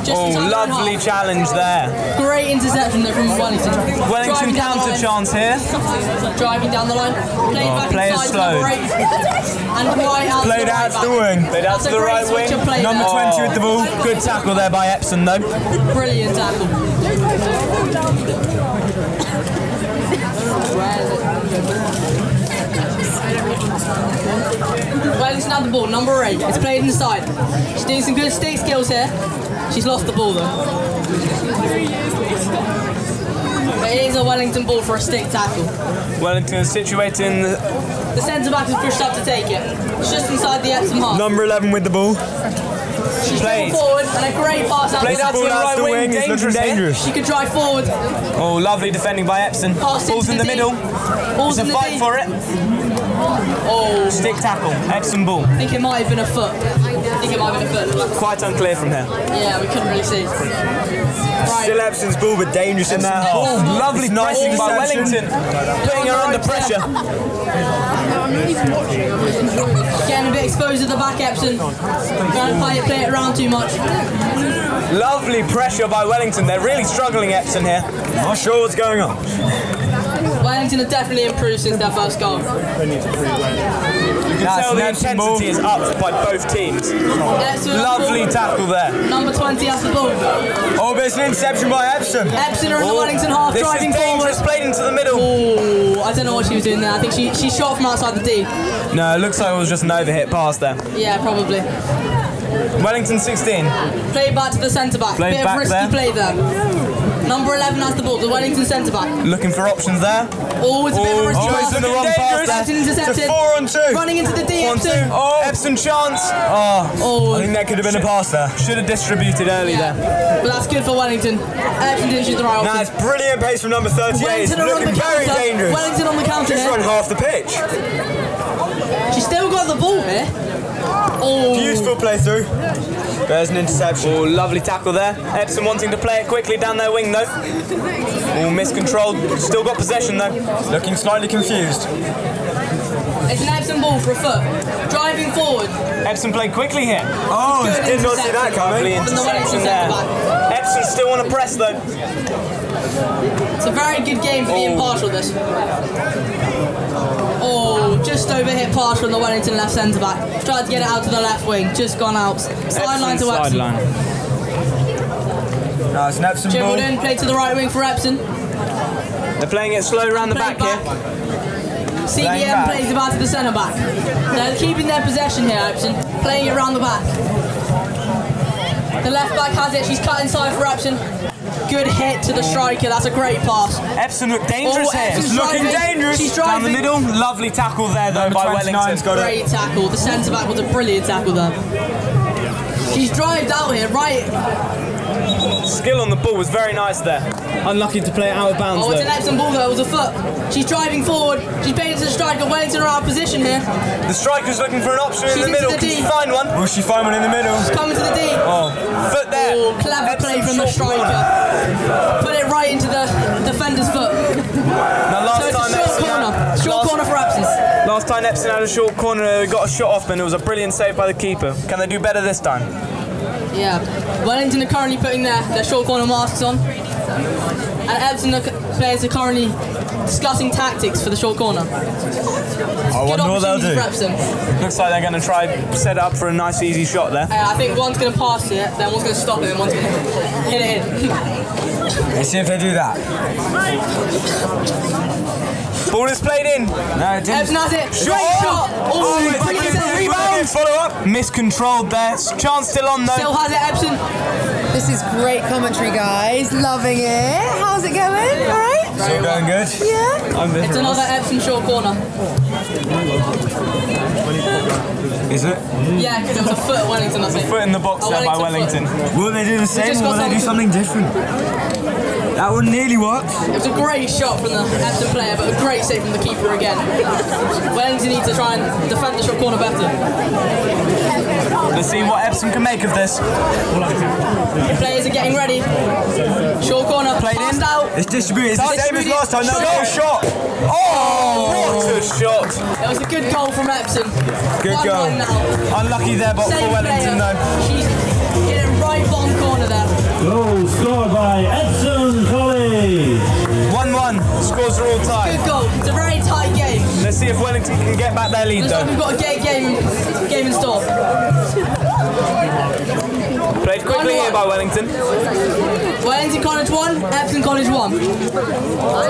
S1: Just
S6: Oh,
S1: in time for a
S6: lovely
S1: half.
S6: challenge there.
S1: Great interception there from Wellington.
S6: Wellington
S1: Driving down the
S6: counter
S1: line.
S6: chance here.
S1: Driving down the line. Played
S2: Oh,
S1: back
S6: player's
S1: inside to
S6: slowed.
S1: number eight. And right out
S2: Played
S1: to
S2: out to
S1: right
S2: the
S1: back.
S2: wing.
S6: Played out
S1: That's
S6: to
S1: a
S6: the
S1: great
S6: right
S1: switch
S6: wing. Oh.
S1: of play
S2: Number
S1: there.
S2: 20 with the ball.
S6: Good tackle there by Epson though.
S1: Brilliant tackle. Wellington had the ball, number eight. It's played inside. She's doing some good stick skills here. She's lost the ball though. But it is a Wellington ball for a stick tackle.
S6: Wellington is situated in the
S1: The centre back is pushed up to take it. It's just inside the Epsom half.
S2: Number 11 with the ball.
S1: She's
S6: played.
S1: going forward and a great pass out.
S6: Played
S1: to
S6: out to the
S2: Ball out
S6: right
S2: to the
S6: wing.
S2: wing. It's looking
S6: Dangerous here.
S2: dangerous.
S1: She eh? could drive forward.
S6: Oh, lovely defending by Epson.
S1: Pass
S6: Ball's
S1: into
S6: in the
S1: D.
S6: middle.
S1: Ball's
S6: It's a
S1: in the
S6: fight
S1: D.
S6: for it.
S1: Oh,
S6: Stick tackle. Epson ball.
S1: I think it might have been a foot. I think it might have been a foot.
S6: Quite unclear from here.
S1: Yeah, we couldn't really see.
S2: Still
S1: Right.
S2: Epson's ball, but dangerous in that
S6: Oh,
S2: half.
S6: lovely
S2: nice
S6: pressing by
S2: interception.
S6: Wellington. Putting her under pressure.
S1: Getting a bit exposed at the back, Epson. Don't play it, play it around too much.
S6: Lovely pressure by Wellington. They're really struggling, Epson here.
S2: Not sure what's going on.
S1: Wellington have definitely improved since their first goal.
S6: You can
S2: That's
S6: tell the
S2: an Epsom ball.
S6: intensity is up by both teams.
S1: Epsom have
S6: Lovely
S1: ball.
S6: tackle there.
S1: Number 20 has the ball.
S2: Oh, but it's an interception by Epson.
S1: Epson are in the Wellington half,
S6: Oh, this
S1: driving
S6: is
S1: forward.
S6: dangerous. Played into the middle.
S1: Oh, I don't know what she was doing there. I think she, she shot from outside the D.
S6: No, it looks like it was just an overhit pass there.
S1: Yeah, probably.
S6: Wellington 16.
S1: Play back to the centre back.
S6: Play
S1: Bit of
S6: back
S1: risky
S6: there.
S1: play there. Number 11 has the ball, the Wellington centre back.
S6: Looking for options there.
S1: Oh, it's a bit of a risky
S6: Oh,
S1: pass.
S6: it's in the wrong
S1: Dangerous.
S6: pass there.
S1: Epson intercepted.
S2: It's a four on two.
S1: Running into the D,
S6: One, two.
S1: Epson.
S6: Oh, Epsom chance. Oh,
S1: Oh,
S2: I think that could have been a pass there.
S6: should have distributed early
S1: yeah.
S6: there.
S1: But that's good for Wellington. Epson didn't shoot the right
S2: Now
S1: option.
S2: it's brilliant pace from number 38. It's
S1: Wellington are on
S2: looking
S1: the
S2: very
S1: counter.
S2: dangerous.
S1: Wellington on the counter
S2: Just run
S1: here.
S2: half the pitch.
S1: She's still got the ball here. Oh,
S2: Beautiful playthrough. There's an interception.
S6: Oh, lovely tackle there. Epsom wanting to play it quickly down their wing though. Oh, miscontrolled. Still got possession though.
S2: Looking slightly confused.
S1: It's an Epson ball for a foot. Driving forward.
S6: Epsom played quickly here.
S2: Oh,
S1: Good
S2: did not see that
S1: interception.
S6: Lovely
S2: coming.
S1: From the Wellington
S6: interception there. Epsom still on a press though.
S1: It's a very good game for the
S6: Oh.
S1: impartial this. Oh, just overhit pass from the Wellington left centre back. Tried to get it out to the left wing, just gone out. Sideline to Epson.
S6: Sideline.
S2: No, it's an Epson
S1: Dribbled
S2: ball.
S1: in, played to the right wing for Epson.
S6: They're playing it slow round the
S1: Played
S6: back here.
S1: CDM
S2: back.
S1: plays the ball to the centre back. They're keeping their possession here, Epson. Playing it round the back. The left back has it. She's cut inside for Epson. Good hit to the striker. That's a great pass.
S6: Epsom look dangerous
S1: Oh,
S6: here.
S1: Epsom's
S6: It's looking
S1: driving.
S6: dangerous.
S1: She's
S6: Down the
S1: driving.
S6: middle. Lovely tackle there though
S2: Number
S6: by
S2: 29's
S6: Wellington.
S2: got it.
S1: Great tackle. The centre back was a brilliant tackle there. She's drived out here, right?
S6: Skill on the ball was very nice there.
S11: Unlucky to play it out of bounds
S1: Oh, it's an
S11: though.
S1: Epsom ball though. It was a foot. She's driving forward. She's playing to the striker. Wellington are out of position here.
S6: The striker's looking for an option in
S1: She's
S6: the middle.
S1: into
S6: Can
S1: the
S6: she
S1: D.
S6: find one?
S2: Will she find one in the middle?
S1: Coming to the D.
S6: Oh, foot there.
S1: Oh, clever play
S6: Epsom
S1: from the
S6: short
S1: striker. Put it right into the defender's foot.
S6: corner. Now last
S1: So it's
S6: time
S1: a short
S6: Epsom
S1: corner.
S6: Had,
S1: Short
S6: last,
S1: corner for Epsom.
S6: last time Epsom had a short corner, uh, got a shot off, and it was a brilliant save by the keeper. Can they do better this time?
S1: Yeah. Wellington are currently putting their, their short corner masks on. And Epsom are c- players are currently discussing tactics for the short corner.
S2: I
S1: Good
S2: wonder what they'll
S1: opportunity
S2: do.
S1: for Epsom.
S6: Looks like they're going to try set up for a nice easy shot there.
S1: Uh, I think one's going to pass it, then one's going to stop it, and one's going to hit it in.
S2: Let's see if they do that.
S6: Ball is played in.
S2: No, it didn't.
S1: Epsom has it. Straight
S6: Oh,
S1: shot.
S6: oh,
S1: Oh,
S6: it's
S1: brilliant
S6: a
S1: save.
S6: rebound. Follow up. Miscontrolled there. Chance still on though.
S1: Still has it, Epsom.
S3: This is great commentary, guys. Loving it. How's it going? All right?
S2: Still going good.
S3: Yeah.
S1: It's another Epsom short corner.
S2: Is it?
S1: Yeah, because it was a foot at Wellington, I think.
S6: Foot in the box
S1: Oh, A
S6: there by Wellington.
S1: Wellington
S6: Wellington.
S2: Will they do the same
S1: just
S2: or will
S1: got
S2: they do
S1: something-
S2: something different? That one nearly worked.
S1: It was a great shot from the Hampton player, but a great save from the keeper again. Wellington need to try and defend the shot corner better.
S6: Let's see what Epsom can make of this.
S1: The players are getting ready. Short corner,
S6: Played
S1: passed
S6: in.
S1: out.
S2: It's distributed.
S1: Same as
S2: distributed.
S1: last time, no
S2: Shot.
S1: goal.
S2: shot.
S6: What a shot!
S1: It was a good goal from Epsom.
S2: Good
S1: One
S2: goal.
S1: one now.
S6: Unlucky there, but
S1: Same player. She's in it right bottom corner there.
S4: Goal scored by Epsom College.
S6: 1-1. Scores are all tied.
S1: Good goal. It's a very tight game.
S6: Let's see if Wellington can get back their lead
S1: Looks like
S6: though.
S1: we've got a gay game, game in store.
S6: Played quickly here by Wellington.
S1: Wellington College 1, Epsom College 1.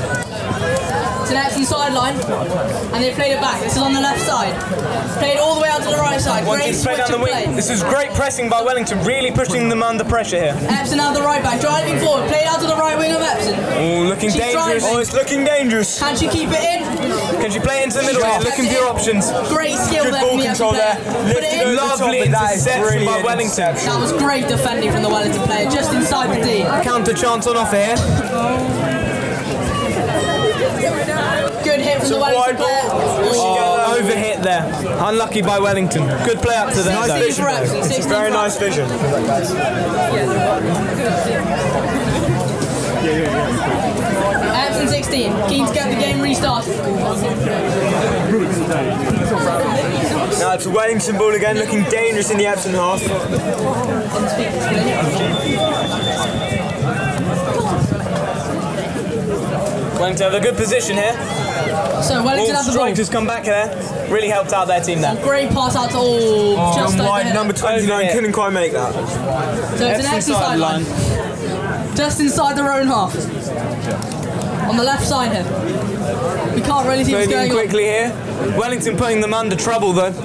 S1: to the Epsom sideline, and they played it back. This is on the left side. Played all the way out to the right side.
S6: One
S1: Great
S6: team's played
S1: switch
S6: down the
S1: of play.
S6: wing. This is great pressing by Wellington, really pushing them under pressure here.
S1: Epsom now the right back, driving forward. Played out to the right wing of Epsom.
S6: Oh, looking
S1: She's
S6: dangerous.
S1: driving.
S6: Oh, it's looking dangerous.
S1: Can she keep it in?
S6: Can she play into the middle here?
S1: Shot.
S6: Looking for your options.
S1: Great skill
S6: Good
S1: there
S6: ball
S1: from the
S6: control there.
S1: Epsom player. Put it in.
S6: Lifted over the top,
S2: Lovely
S6: but that is
S2: interception
S6: brilliant
S2: by
S6: by
S2: Wellington.
S6: Wellington.
S1: That was great defending from the Wellington player, just inside the D.
S6: Counter chance on off here.
S1: Good hit from the Wellington
S6: Wide
S1: player.
S6: Oh, overhit there. Unlucky by Wellington. Good play up to them.
S1: Nice
S6: though.
S1: vision, Robson. It's a 16 very nice
S6: vision.
S1: Epsom 16, keen to get the game restarted.
S6: Now it's Wellington ball again, looking dangerous in the Epsom half. Wellington have a good position here.
S1: So
S6: All
S1: Wellington have the ball.
S6: strikers come back there. Really helped out their team there.
S1: Great pass out to all.
S6: Oh,
S1: just over here.
S6: Overhit.
S2: quite make that.
S1: So it's an
S6: Epsom
S1: Epsom sideline. Just inside their own half. On the left side here. We can't really see what's
S6: Moving
S1: going on.
S6: quickly here. Wellington putting them under trouble though.
S1: It's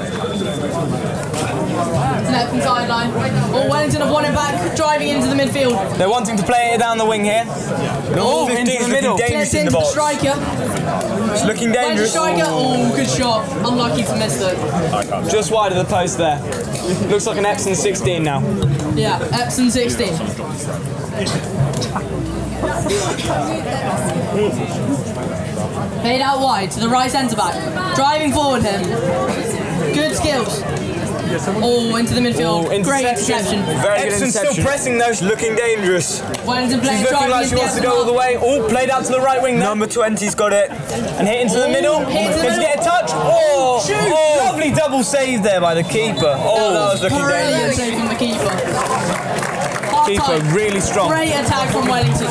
S1: an Epsom sideline. Oh, Wellington have won it back, driving into the midfield.
S6: They're wanting to play it down the wing here.
S1: Oh,
S6: into the middle.
S1: Clears
S6: Dangerous in
S1: into
S6: the
S1: the
S6: box.
S1: striker.
S6: It's looking
S1: Wellington
S6: dangerous.
S1: striker. Oh, good shot. Unlucky to miss though.
S6: Just wide of the post there. Looks like an Epsom 16 now.
S1: Yeah, Epson 16. Played out wide to the right centre back. Driving forward him. Good skills. Oh, into the midfield. Great interception.
S6: Very good
S2: Epsom still
S6: interception. pressing though. looking dangerous.
S1: Wellington playing
S6: She's looking
S1: driving
S6: like
S1: into
S6: she
S1: the
S6: wants to
S1: Epsom
S6: go all the
S1: half.
S6: way. All played out to the right wing. Number 20's got it. And hit into the
S1: Ooh,
S6: middle.
S1: hit into the
S6: Can she
S1: middle.
S6: get a touch? Oh,
S1: Shoot.
S6: oh, lovely double save there by the keeper. Oh, that was looking
S1: Brilliant
S6: dangerous.
S1: save from the keeper. Half
S6: Keeper
S1: time.
S6: really strong.
S1: Great attack from Wellington.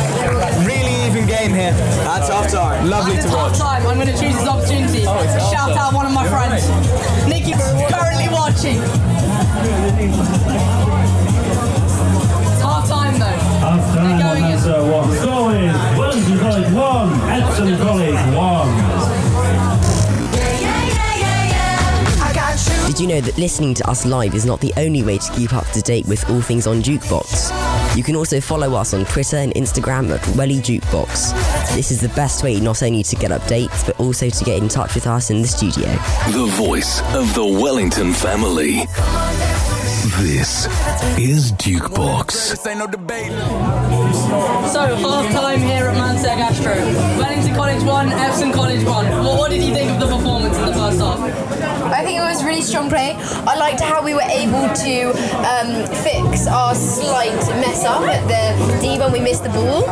S6: Really even game here. That's half time. Lovely
S1: At
S6: to
S1: this
S6: watch. Oh,
S1: time, I'm going to choose this opportunity to shout out one of my friends. Nikki's currently watching. It's half time though.
S4: Half time,
S1: They're going
S4: that's uh, one. Score is Wellington College 1, Epsom College 1.
S12: Did you know that listening to us live is not the only way to keep up to date with all things on Jukebox? You can also follow us on Twitter and Instagram at Welly Jukebox. This is the best way not only to get updates, but also to get in touch with us in the studio.
S13: The voice of the Wellington family. This is Jukebox.
S1: So half time here at Manseg Astro. Wellington College won, Epsom College won. Well, what did you think of the performance in the first half?
S3: I think it was really strong play. I liked how we were able to um, fix our slight mess up at the D when we missed the ball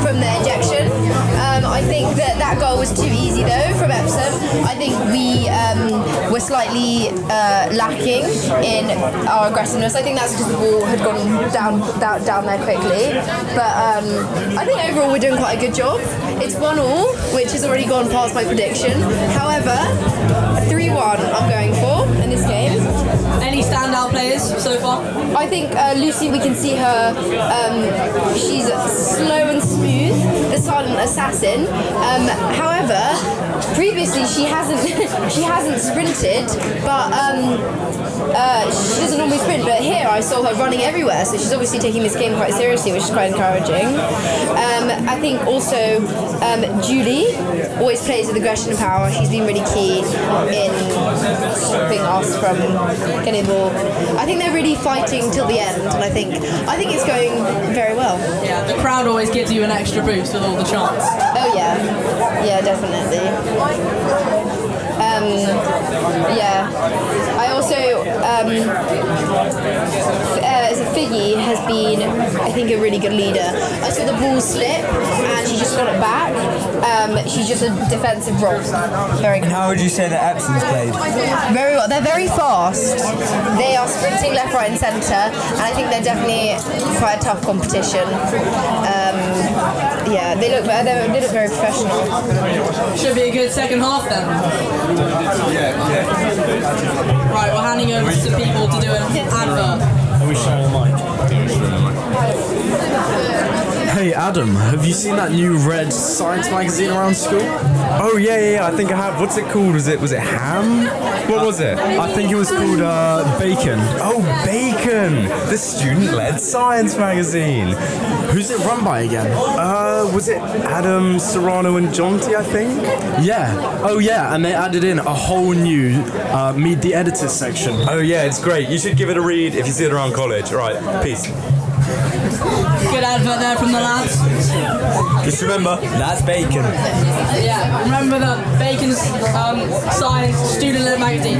S3: from the ejection. Um, I think that that goal was too easy though from Epsom. I think we um, were slightly uh, lacking in our aggressiveness. I think that's because the ball had gone down down, down there quickly. But um, I think overall we're doing quite a good job. It's one all, which has already gone past my prediction. However, 3 1 I'm going for in this game.
S1: Any standout players so far?
S3: I think uh, Lucy, we can see her. Um, she's slow and smooth, the silent assassin. Um, however, previously she hasn't she hasn't sprinted, but um, uh, she doesn't normally sprint. But here, I saw her running everywhere, so she's obviously taking this game quite seriously, which is quite encouraging. Um, I think also um, Julie always plays with aggression and power. She's been really key in stopping us from getting the ball. I think they're really fighting till the end, and I think I think it's going very well.
S1: Yeah, the crowd always gives you an extra boost with all the chants.
S3: Oh yeah, yeah, definitely. Um, yeah, I also um, f- uh, so Figgy has been, I think, a really good leader. I saw the ball slip, and she just got it back. Um, she's just a defensive rock. Very
S14: And how would you say that Epson's played?
S3: very well. They're very fast. They are sprinting left, right, and centre, and I think they're definitely quite a tough competition. Um, yeah, they look they're- they look very professional.
S1: Should be a good second half then. Right, we're handing over to some people to do an advert.
S15: Are we sharing a Hey Adam, have you seen that new red science magazine around school?
S2: Oh yeah, yeah, yeah, I think I have. What's it called? Was it was it ham? What was it?
S15: I think it was called uh, Bacon.
S2: Oh, Bacon, the student-led science magazine.
S15: Who's it run by again?
S2: Uh, was it Adam Serrano and Jonty? I think.
S15: Yeah. Oh yeah, and they added in a whole new uh, meet the editors section.
S2: Oh yeah, it's great. You should give it a read if you see it around college. All right, peace.
S1: Good advert there from the lads.
S2: Just remember, that's bacon.
S1: Yeah, remember the Bacon's um, Science Student Led Magazine.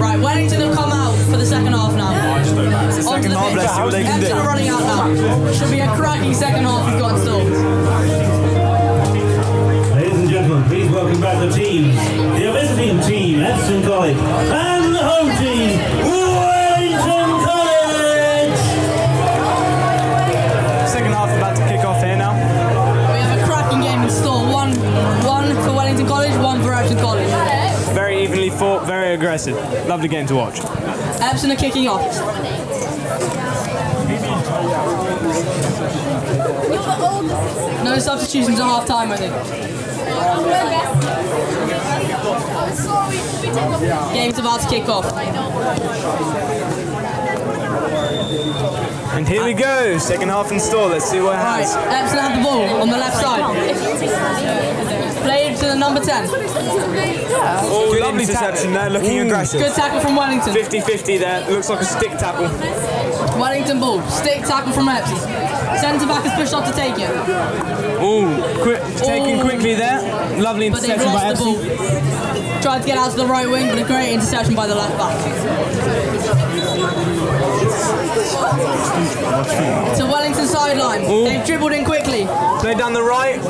S1: Right, Wellington have come out for the second half now. Onto
S14: Second
S1: the
S14: half,
S1: pitch.
S14: let's see what they can
S1: Ebbs are
S14: do.
S1: running out now. Should be a cracking second half we've got in store.
S4: Ladies and gentlemen, please welcome back the teams. The visiting team, Epsom College, and the home team, Wellington College!
S6: Second half about to kick off here now.
S1: We have a cracking game in store. One, one for Wellington College, one for Epsom College.
S6: Very evenly fought, very aggressive. Lovely game to watch.
S1: Epsom are kicking off. No substitutions at half time, I think. Game's about to kick off.
S6: And here we go, second half in store. Let's see what
S1: Right,
S6: happens.
S1: Epsom have the ball on the left side. Played to the number 10.
S6: Oh, lovely interception there, looking aggressive.
S1: Good tackle from Wellington.
S6: 50 50 there, looks like a stick tackle.
S1: Wellington ball. Stick tackle from Epsom. Centre back is pushed up to take it,
S6: Oh, quick, taken
S1: Ooh.
S6: quickly there. Lovely
S1: but they've
S6: interception by
S1: lost the
S6: Epson.
S1: ball. Tried to get out to the right wing, but a great interception by the left back. To Wellington sideline. They've dribbled in quickly.
S6: Play down the right.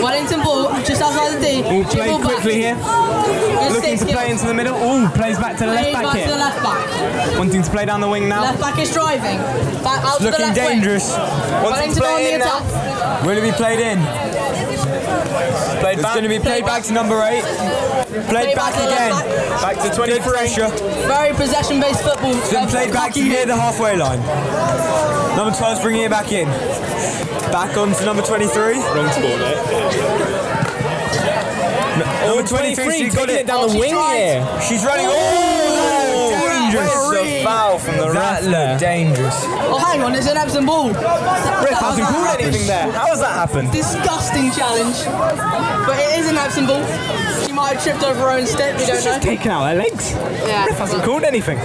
S1: Wellington ball just outside the D.
S6: We'll play
S1: Dribble back.
S6: quickly here.
S1: Good
S6: Looking to
S1: stick
S6: play
S1: here.
S6: into the middle. Oh, plays back to the left
S1: Played
S6: back
S1: back to the
S6: here.
S1: left back.
S6: Wanting to play down the wing now.
S1: Left back is driving. Back out to the
S14: Looking
S1: left
S14: dangerous.
S1: wing.
S6: Wants to
S1: Wellington on
S6: play
S1: the
S6: in now.
S1: attack.
S14: Will it be played in?
S6: Played
S14: It's
S6: back.
S14: going to be played back to number eight. Played back
S1: to the left
S14: again.
S6: Back to
S14: Good
S6: 23.
S14: pressure.
S1: Very possession-based football.
S14: It's been played back near the halfway line. Number 12's bringing it back in. Back on to number 23. Wrong sport, Number 23, she got it.
S6: down the wing here.
S14: She's running. Oh, dangerous.
S6: It's a foul from the
S14: That
S6: ref there.
S14: looked dangerous.
S1: Oh, hang on, it's an Epsom ball.
S6: Ref
S1: That was
S6: hasn't
S1: a
S6: called anything there. How has that happened?
S1: Disgusting challenge. But it is an Epsom ball. She might have tripped over her own stick, we don't
S6: She's just
S1: know.
S6: taken out her legs.
S1: Yeah.
S6: Ref hasn't called anything.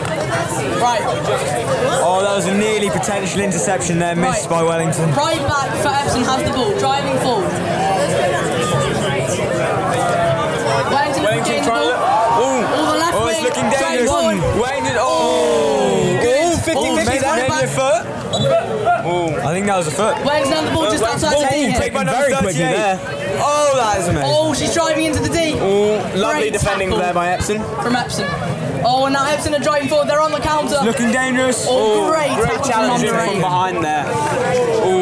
S1: Right,
S14: Oh, that was a nearly potential interception there, missed by Wellington.
S1: right back for Epsom has the ball, driving forward. Wellington, getting
S6: Wellington
S1: the
S6: trying to look.
S1: ball.
S6: Ooh.
S1: All the left
S14: Oh,
S1: wing.
S14: it's looking
S1: going
S14: dangerous.
S1: forward.
S14: Wellington. Oh,
S1: Good.
S14: oh 50
S1: Oh, maybe- maybe a
S14: a foot. I think that was a foot.
S1: Wellington have the ball just outside
S14: Oh,
S1: the
S14: taken
S1: area.
S14: by number
S6: Very quickly
S14: 38.
S6: there.
S14: Oh, that is amazing.
S1: Oh, she's driving into the D.
S6: Ooh, lovely
S1: Great
S6: defending
S1: tackle.
S6: there by Epson.
S1: from Epsom. Oh, and now Epsom are driving forward. They're on the counter.
S14: Looking dangerous.
S1: oh,
S6: Ooh,
S1: great, tackle
S6: challenge
S1: from
S6: in
S1: number
S6: from
S1: eight.
S6: behind there. Ooh,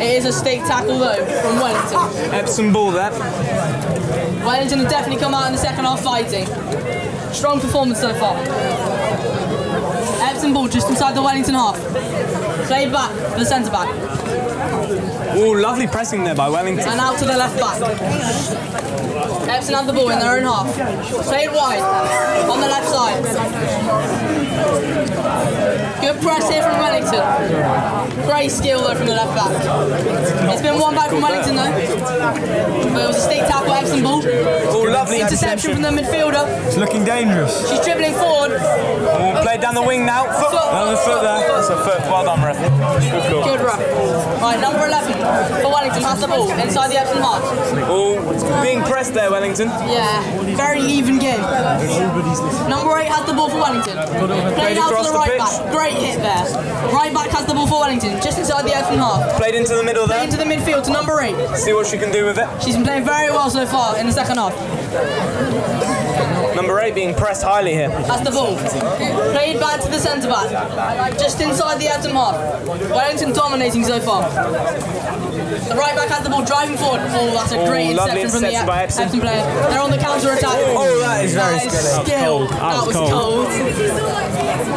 S1: It is a stake tackle though from Wellington.
S6: Epsom ball there.
S1: Wellington have definitely come out in the second half fighting. Strong performance so far. Epsom ball just inside the Wellington half. Play back for the centre back
S6: Ooh, lovely pressing there by Wellington.
S1: and out to the left back. Epsom have the ball in their own half. Played wide on the left side. Good press here from Wellington. Great skill though from the left back. It's been one back from Wellington though. But it was a stick tackle, Epsom ball.
S6: Oh, lovely
S1: interception from the midfielder.
S2: It's looking dangerous.
S1: She's dribbling forward.
S6: Oh, played down the wing now. Foot. Another foot there. That's a foot. Well done, ref. Good call.
S1: Good run. Right, number 11 for Wellington has the ball inside the Epsom half.
S6: Oh, being pressed there, Wellington.
S1: Yeah, very even game. Number eight has the ball for Wellington. Played out to
S6: across
S1: the
S6: the
S1: right
S6: pitch.
S1: back. Great hit there. Right back has the ball for Wellington, just inside the open half.
S6: Played into the middle there.
S1: Into the midfield to number eight.
S6: See what she can do with it.
S1: She's been playing very well so far in the second half.
S6: Number eight being pressed highly here.
S1: Has the ball. Played back to the centre back. Just inside the Adam half. Wellington dominating so far. The right back has the ball driving forward. Oh, that's a
S6: Oh,
S1: great
S6: lovely
S1: interception from the
S6: interception by Epsom.
S1: Epsom player. They're on the counter attack.
S6: Oh, that is very skilled.
S1: skilled. That was cold.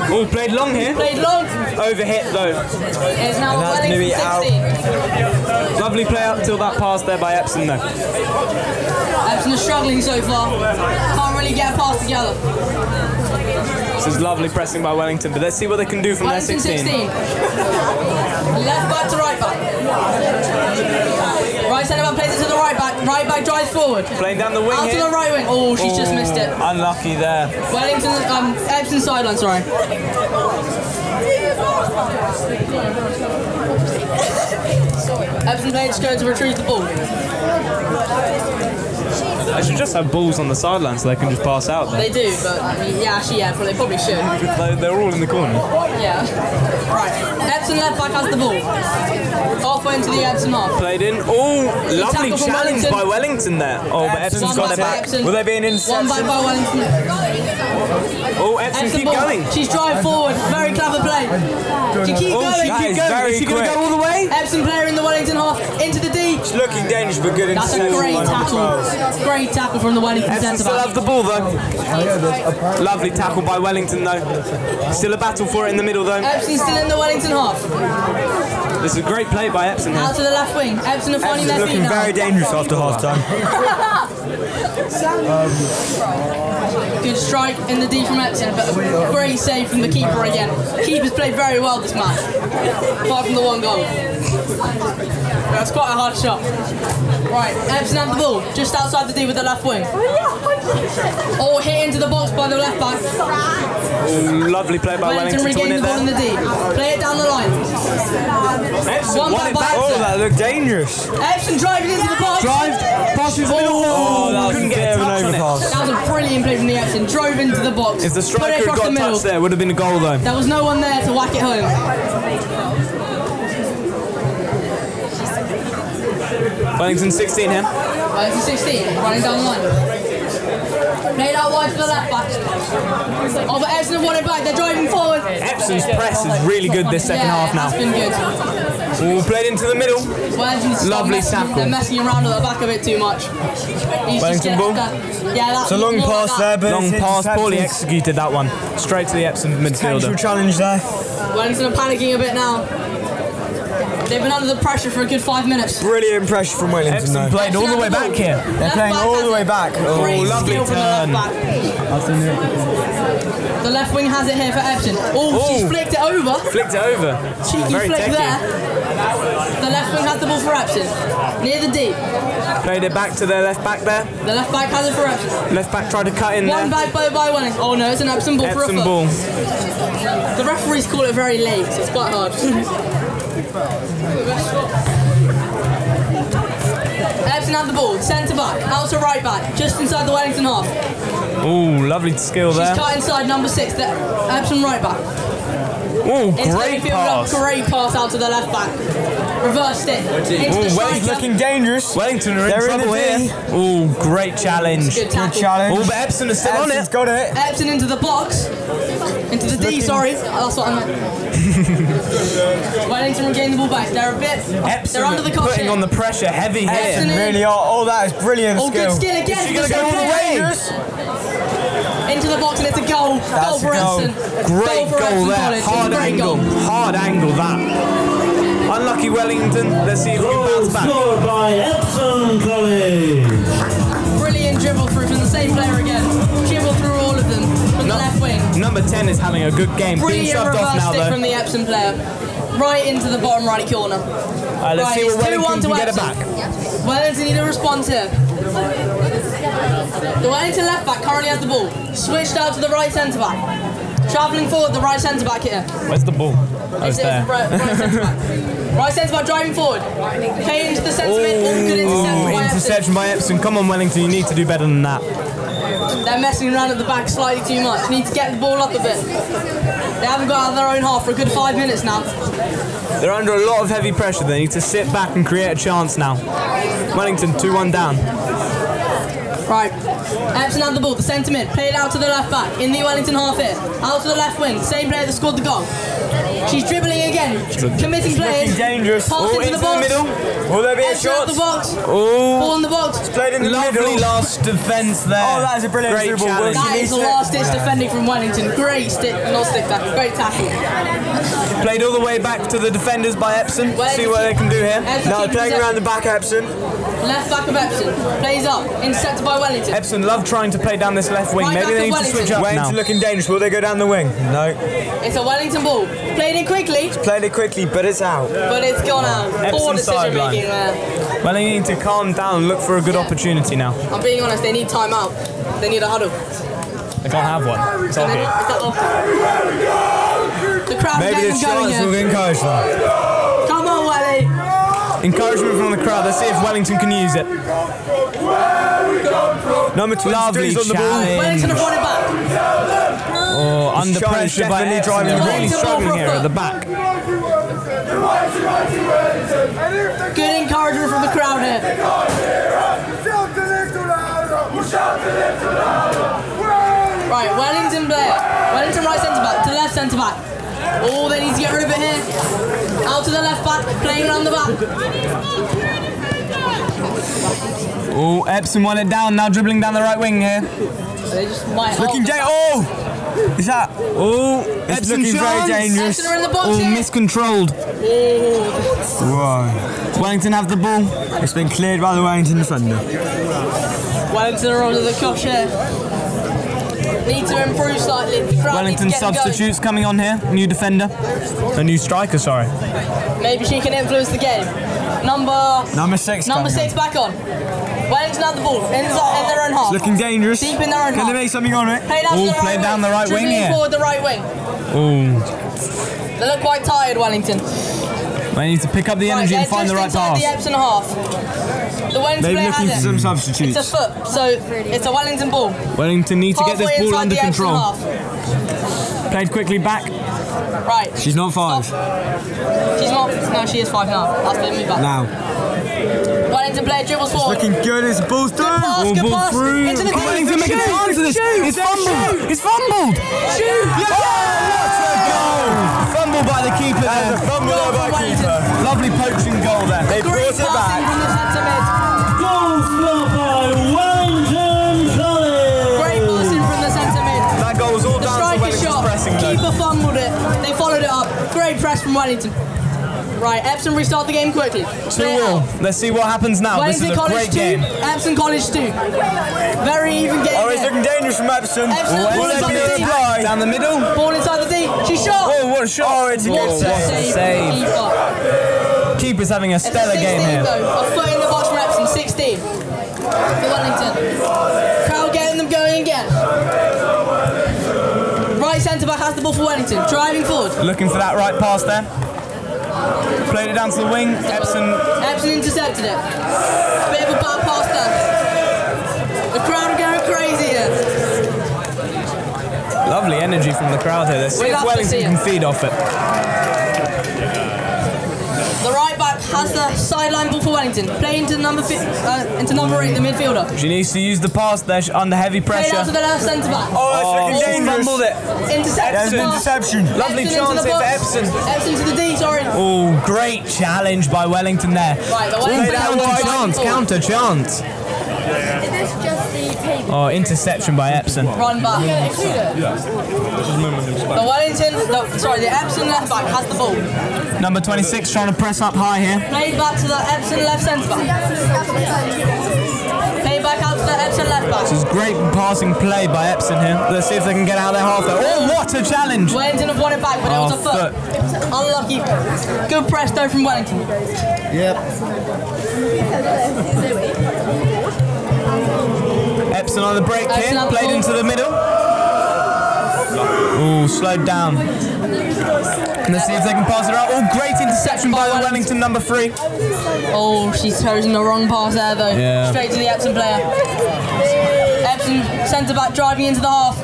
S6: Oh, played long here.
S1: Played long.
S6: Overhit though.
S1: It is now
S6: And that's
S1: Wellington
S6: Nui out.
S1: 16.
S6: Lovely play up till that pass there by Epsom though.
S1: Epsom are struggling so far. Can't really get a pass together.
S6: This is lovely pressing by Wellington, but let's see what they can do from their
S1: Wellington 16.
S6: 16.
S1: Left back to right back. Right centre back plays it to the right back. Right back drives forward.
S6: Playing down the wing
S1: Out to
S6: here.
S1: the right wing. Oh, she's just missed it.
S6: Unlucky there.
S1: Wellington, um, Epsom sideline, sorry. Epsom player just going to retrieve the ball.
S6: They should just have balls on the sideline so they can just pass out there.
S1: They do, but I mean, yeah, actually, yeah, they probably should.
S6: They- They're all in the corner.
S1: Yeah. Right. Epsom left back has the ball. Halfway into the Epsom half.
S6: Played in. Oh, lovely
S1: Tackle from
S6: challenge
S1: Wellington.
S6: by Wellington there. Oh, but Epsom's
S1: One back
S6: got it
S1: by
S6: back.
S1: Epsom.
S6: Will there be
S1: One
S6: an
S1: back
S6: interception?
S1: by Wellington.
S6: Oh, Epsom,
S1: Epsom
S6: keep
S1: ball.
S6: going.
S1: She's driving forward. Very clever play. She keep
S6: Oh,
S1: going.
S6: she
S1: Keep
S6: keep
S1: going.
S6: going. Is she going to go all the way?
S1: Epsom player in the Wellington half into the D.
S6: Looking dangerous, but good
S1: That's a great tackle. Great tackle from the Wellington
S6: Epsom
S1: centre
S6: still
S1: back.
S6: have the ball though. Lovely tackle by Wellington though. Still a battle for it in the middle though.
S1: Epsom still in the Wellington half.
S6: This is a great play by Epsom here.
S1: Out to the left wing. Epsom are finding
S2: It's
S1: their feet
S2: looking
S1: now.
S2: very dangerous after half time.
S1: Good strike in the D from Epsom, but a great save from the keeper again. Keeper's played very well this match, apart from the one goal. That's quite a hard shot. Right, Epsom had the ball just outside the D with the left wing. Oh, hit into the box by the left back.
S6: Oh, lovely play by
S1: Wellington
S6: Wellington to win
S1: regained
S6: it
S1: the ball in
S6: there.
S1: the D. Play it down the line.
S6: Epsom
S1: One
S6: won
S1: back
S6: it
S1: by
S6: back.
S1: Epsom.
S6: Oh, that looked
S2: Dangerous.
S1: Epsom driving into the box.
S6: Drive, passes the middle. Oh, that was
S2: Couldn't get
S6: a
S2: an
S6: touch on it.
S2: overpass.
S1: That was a brilliant play from the Epsom. Drove into the box.
S6: If the
S1: put it
S6: striker had
S1: across
S6: got
S1: the
S6: a
S1: middle.
S6: touch there, it would have been a goal though.
S1: There was no one there to whack it home. Uh,
S6: Wellington 16 here.
S1: Right, it's a 16, running down the line. Played out wide for the left back. Oh, but Epsom have won it back. They're driving forward.
S6: Epsom's press is really good this second
S1: yeah,
S6: half now.
S1: That's been good.
S6: Oh, played into the middle.
S1: Well, Epsom's still
S6: Lovely
S1: messing,
S6: tackle.
S1: They're messing around at the back a bit too much. He's just
S6: Wellington
S1: getting
S6: ball.
S1: that- Yeah, that's
S2: It's a long
S1: more like
S2: pass there,
S1: that.
S2: but
S6: Long
S2: it's
S6: pass, poorly
S2: intercepted.
S6: executed that one. Straight to the Epsom
S2: Potential
S6: midfielder.
S2: challenge there.
S1: Wellington are panicking a bit now. They've been under the pressure for a good five minutes.
S2: Brilliant pressure from Wellington
S6: Epsom
S2: though.
S6: played all the way
S1: Epsom have
S6: back here.
S1: ball.
S2: They're
S1: Left
S2: playing all
S1: has
S2: the way
S1: it.
S2: back. Oh,
S1: Great
S6: lovely
S1: skill from the
S6: turn.
S1: left back. The left wing has it here for Epsom. Oh, she's
S6: Ooh.
S1: flicked it over.
S6: Flicked it over.
S1: Cheeky
S6: Very
S1: flick
S6: techy.
S1: there. The left wing has the ball for Epsom. Near the deep.
S6: Played it back to their left back there.
S1: The left back has it for Epsom.
S6: Left back tried to cut in
S1: One
S6: there.
S1: back by by Wellington. Oh no, it's an Epsom ball for a
S6: Epsom
S1: foot.
S6: ball.
S1: The referees call it very late, so it's quite hard. Epsom had the ball, centre back, out to right back, just inside the Wellington half.
S6: Oh, lovely skill
S1: She's
S6: there.
S1: cut inside number six, the Epsom right back.
S6: Ooh,
S1: Into
S6: great
S1: midfield,
S6: pass.
S1: Great pass out to the left back. Reversed it. Into the
S6: Ooh,
S1: striker.
S6: looking dangerous. Wellington are in
S1: They're in
S6: trouble
S1: the
S6: here. Ooh, great challenge.
S1: Good tackle. Good challenge.
S6: Oh, but Epson is still on it. got it.
S1: Epson into the box. Into the D, sorry. That's what I meant. Wellington regain the ball back. They're a bit. they're under the cosh
S6: putting
S1: here.
S6: on the pressure heavy
S1: Epson
S6: here.
S1: in. Really
S6: are. Oh, that is brilliant
S1: Oh, good skill again.
S6: Is she going to
S1: Good
S6: go all
S1: skill.
S6: the way?
S1: Into the box and it's a goal. goal for Epson.
S6: Great
S1: for Epson
S6: goal there.
S1: College.
S6: Hard
S1: Great
S6: angle. Hard angle that. Unlucky Wellington. Let's see if we can bounce back.
S4: Scored by Epsom College.
S1: Brilliant dribble through from the same player again. Dribble through all of them from the left wing.
S6: Number 10 is having a good game. Being
S1: Brilliant
S6: shoved
S1: reverse
S6: off now,
S1: stick
S6: though.
S1: from the Epsom player. Right into the bottom right corner.
S6: All right, let's
S1: right,
S6: see
S1: it's
S6: what
S1: 2-1 to
S6: Wellington can get it
S1: Epsom.
S6: back.
S1: Wellington need a response here. The Wellington left back currently has the ball. Switched out to the right centre back. Travelling forward, the right centre back here.
S6: Where's the ball? Oh, it's
S1: It's- it's
S6: there.
S1: right- right centre back. Right centre back driving forward. Kane into the centre mid. All good interception by Epsom.
S6: Interception by Epson. Come on, Wellington. You need to do better than that.
S1: They're messing around at the back slightly too much. Need to get the ball up a bit. They haven't got out of their own half for a good five minutes now.
S6: They're under a lot of heavy pressure. They need to sit back and create a chance now. Wellington 2 1 down.
S1: Right. Epson had the ball, the centre mid, played out to the left back, in the Wellington half here. Out to the left wing, same player that scored the goal. She's dribbling again, committing
S2: It's
S1: players.
S2: looking dangerous.
S1: Pass
S2: Oh,
S1: into,
S2: into
S1: the
S2: the
S1: box.
S2: middle. Will there be a
S1: Epson out
S2: shot?
S1: the box.
S6: Oh.
S1: Ball in the box.
S2: Played in the
S6: Lovely
S2: middle.
S6: last defence there.
S2: Oh, that is a brilliant
S6: Great
S2: dribble.
S6: challenge.
S1: That is the last ditch
S2: Yeah.
S1: defending from Wellington. Great stick, not stick tackle, great tackle.
S6: Played all the way back to the defenders by Epson. See what they can do here.
S1: Epson No, keeps playing it. around the
S6: back, Epson.
S1: Left back of Epson, plays up, intercepted by Wellington.
S6: Epson love trying to play down this left wing.
S1: Right
S6: Maybe
S1: back
S6: they
S1: to
S6: need to
S1: Wellington.
S6: switch up
S2: Wellington
S6: now.
S2: looking dangerous. Will they go down the wing? No.
S1: It's a Wellington ball. Played it quickly,
S2: Played it quickly, but it's out.
S1: but it's gone out. Poor
S6: Epsom
S1: decision
S6: sideline.
S1: making there.
S6: Wellington need to calm down, look for a good opportunity now.
S1: uh, I'm being honest, they need time out. They need a huddle.
S6: They can't have one. It's
S1: And then-
S6: obvious.
S1: is that off? The crowd
S6: Maybe
S1: getting
S6: the
S1: going
S6: chance
S1: here.
S6: will encourage them.
S1: Come on, Welly.
S6: Encouragement from the crowd. Let's see if Wellington can use it. Number 22
S2: Lovely
S6: is on the
S1: Wellington have
S6: ball.
S1: won it back.
S6: Oh, under
S2: Shine is
S6: pressure by
S2: definitely
S6: Epson.
S2: driving
S6: They're
S1: the
S6: really
S1: ball.
S6: struggling here at the back.
S1: Good encouragement from the crowd here. Right, Wellington player. Wellington right centre back to left centre back. Oh, they need to get rid of it here. Out to the left back, playing round the back.
S6: Oh, Epson won it down. Now dribbling down the right wing here.
S1: They just might.
S2: Looking
S1: oh,
S2: dangerous. Oh! Is that?
S6: Oh,
S2: It's
S6: Epson
S2: looking
S6: chance.
S2: very dangerous.
S1: Epson are in the box
S6: Oh,
S1: here.
S6: miscontrolled.
S2: Whoa.
S6: Wellington have the ball.
S2: It's been cleared by the Wellington defender.
S1: Wellington are under the cosh here. Need to improve slightly. The crowd
S6: Wellington
S1: need to get them
S6: substitutes coming on here. New defender. A new striker, sorry.
S1: Going. Maybe she can influence the game. Number
S2: Number six.
S1: number
S2: coming
S1: six back on. Wellington have the ball in, the, in their own half.
S2: on. Looking dangerous.
S1: Deep in their own
S2: Can
S1: half.
S2: they make something on it?
S1: Play down, to
S6: Ooh,
S1: the,
S6: play
S1: right wing.
S6: down the right wing
S1: Dribbling
S6: here.
S1: forward the right wing.
S6: Oh,
S1: They look quite tired, Wellington.
S6: they need to pick up the
S1: Right,
S6: energy
S1: they're
S6: and find
S1: just
S6: the right
S1: inside
S6: pass.
S1: the Epsom half. The Wellington
S2: Maybe
S1: player
S2: looking
S1: has
S2: for
S1: it.
S2: some
S1: It's a
S2: substitutes.
S1: foot, so it's a Wellington ball.
S6: Wellington need to get this
S1: Halfway inside
S6: ball under
S1: the Epsom
S6: control.
S1: half.
S6: Played quickly back.
S1: Right.
S2: She's not five.
S1: She's not. No, she is five now. That's been moved back.
S2: Now.
S1: Wellington player dribbles forward.
S2: Looking good. It's ball's through.
S1: pass,
S2: Oh,
S1: good pass. Into the goal.
S2: Wellington making
S1: Shoot,
S2: time for this. It's fumbled. It's fumbled.
S1: Shoot!
S2: Oh, what a goal!
S6: Fumble by the keeper
S2: That is a
S6: there.
S2: fumble
S1: Goal
S2: by
S1: for Wellington.
S2: keeper.
S6: Lovely poaching goal there.
S2: They
S1: Great
S2: brought it
S1: passing
S2: back.
S1: from the centre mid.
S4: Goal scored by Wellington College.
S1: Great passing from the centre mid.
S6: That goal was all
S1: The
S6: down to
S1: striker
S6: Oh. Wellington's
S1: shot.
S6: pressing though.
S1: Keeper fumbled it. They followed it up. Great press from Wellington. Right, Epsom restart the game quickly.
S6: Two
S1: Play it
S6: all.
S1: out.
S6: Let's see what happens now.
S1: Wellington
S6: this is a
S1: College
S6: great
S1: two,
S6: game.
S1: Epsom College two. Very even game.
S2: Oh, it's
S1: here.
S2: looking dangerous from Epsom.
S1: Epsom,
S2: Will
S1: ball's
S2: there
S1: on
S2: be
S1: the
S2: a
S1: tee.
S2: reply?
S6: Down the middle.
S1: Ball inside the D. She shot.
S6: Oh, what a shot. Oh, it's
S1: what a save,
S6: save.
S1: keeper.
S6: Keeper's having a
S1: It's a
S6: stellar
S1: 16
S6: game here.
S1: though. A foot in the box from Epsom. 16 for Wellington. Crowd getting them going again. Right centre back has the ball for Wellington. Driving forward.
S6: Looking for that right pass there. Played it down to the wing. Epson.
S1: Epson intercepted it. Bit of a bad pass there. The crowd are going crazy here.
S6: lovely energy from the crowd here. Let's see
S1: We
S6: if
S1: love to
S6: Wellington
S1: see it.
S6: can feed off it.
S1: The right back has the sideline ball for Wellington. Play into number fi- uh, into number eight, the midfielder.
S6: She needs to use the pass there sh- under heavy
S1: Play
S6: pressure.
S1: out to the left centre back.
S6: Oh, that's looking dangerous. Fumbled it.
S1: Interception.
S6: There's an interception. Lovely chance here for Epson.
S1: Epson to the D, sorry.
S6: Oh, great challenge by Wellington there.
S1: Right, the Wellington-
S6: counter chance, counter chance.
S16: Is this just the table?
S6: Oh, interception by Epson.
S1: Run back. The Wellington, the, sorry, the Epson left back has the ball.
S6: Number 26 trying to press up high here.
S1: Play back to the Epson left centre back. Play back out to the Epson left back.
S6: This is great passing play by Epson here. Let's see if they can get out of their half. there. Oh, what a challenge!
S1: Wellington have won it back, but it was
S6: Oh,
S1: a foot. Unlucky. Good press though from Wellington. Yep.
S6: Epson on the break here, played into the middle. Oh, slowed down. Let's see if they can pass it out. Oh, great interception by the Wellington number three.
S1: Oh, she's chosen the wrong pass there though.
S6: Yeah.
S1: Straight to the Epson player. Epson centre back driving into the half.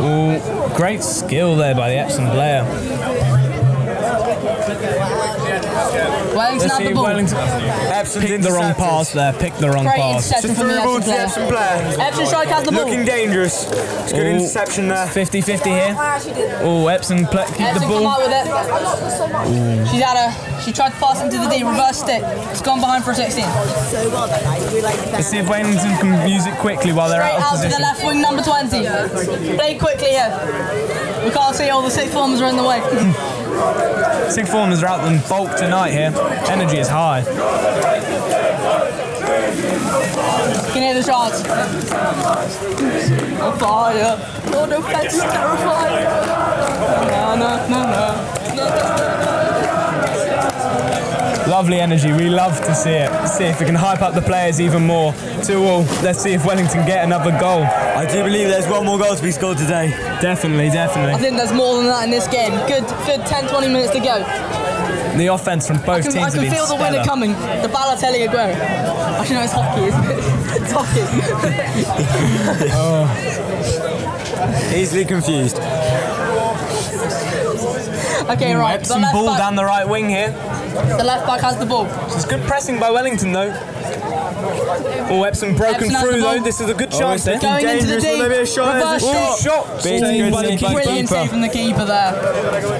S6: Oh, great skill there by the Epson player.
S1: Wellington
S6: Let's
S1: had
S6: see
S1: the ball.
S6: Wellington. Epson picked the wrong pass there. Picked the wrong
S1: Great
S6: pass.
S1: interception from the Epson player. Epson strike has the ball.
S6: Looking dangerous. It's
S2: good interception
S6: there. 50 50 here. Oh, Epson pla- keep the
S1: Epson come out
S6: ball.
S1: with it. She's had a. She tried to pass into the D, reverse stick. It's gone behind for a 16. So well done, We like that.
S6: Let's see if Wellington can use it quickly while they're
S1: Straight
S6: out
S1: out
S6: of
S1: to the
S6: position.
S1: left wing, number 20. Play quickly here. We can't see all the six formers are in the way.
S6: Six formers are out in bulk tonight here. Energy is high.
S1: Can hear the shots. On fire. Oh, no, fence is terrifying. No, no, no, no.
S6: Lovely energy. We love to see it. See if we can hype up the players even more. Two all. Let's see if Wellington get another goal. I do believe there's one more goal to be scored today. Definitely,
S1: I
S6: definitely.
S1: think there's more than that in this game. Good, good 10, 20 minutes to go.
S6: The offense from both
S1: I can,
S6: teams
S1: I
S6: have
S1: can
S6: been
S1: feel the
S6: stellar.
S1: winner coming. The Balotelli Aguero. Actually, no, it's hockey, isn't it? It's hockey.
S2: Easily confused.
S1: okay, right. The
S6: Epson
S1: left,
S6: ball
S1: back,
S6: down the right wing here.
S1: the left back has the ball.
S6: It's good pressing by Wellington though. Oh, Epson broken
S1: Epson has
S6: through
S1: the ball.
S6: though. This is a good
S1: Oh,
S6: chance.
S1: it's
S6: there.
S1: going into the
S6: Dangerous.
S1: deep.
S6: Will there be a shot?
S1: Reverse
S6: There's a
S1: shot.
S6: shot.
S1: Big
S6: Saved by the
S1: save. Brilliant save
S6: keeper.
S1: from the keeper there.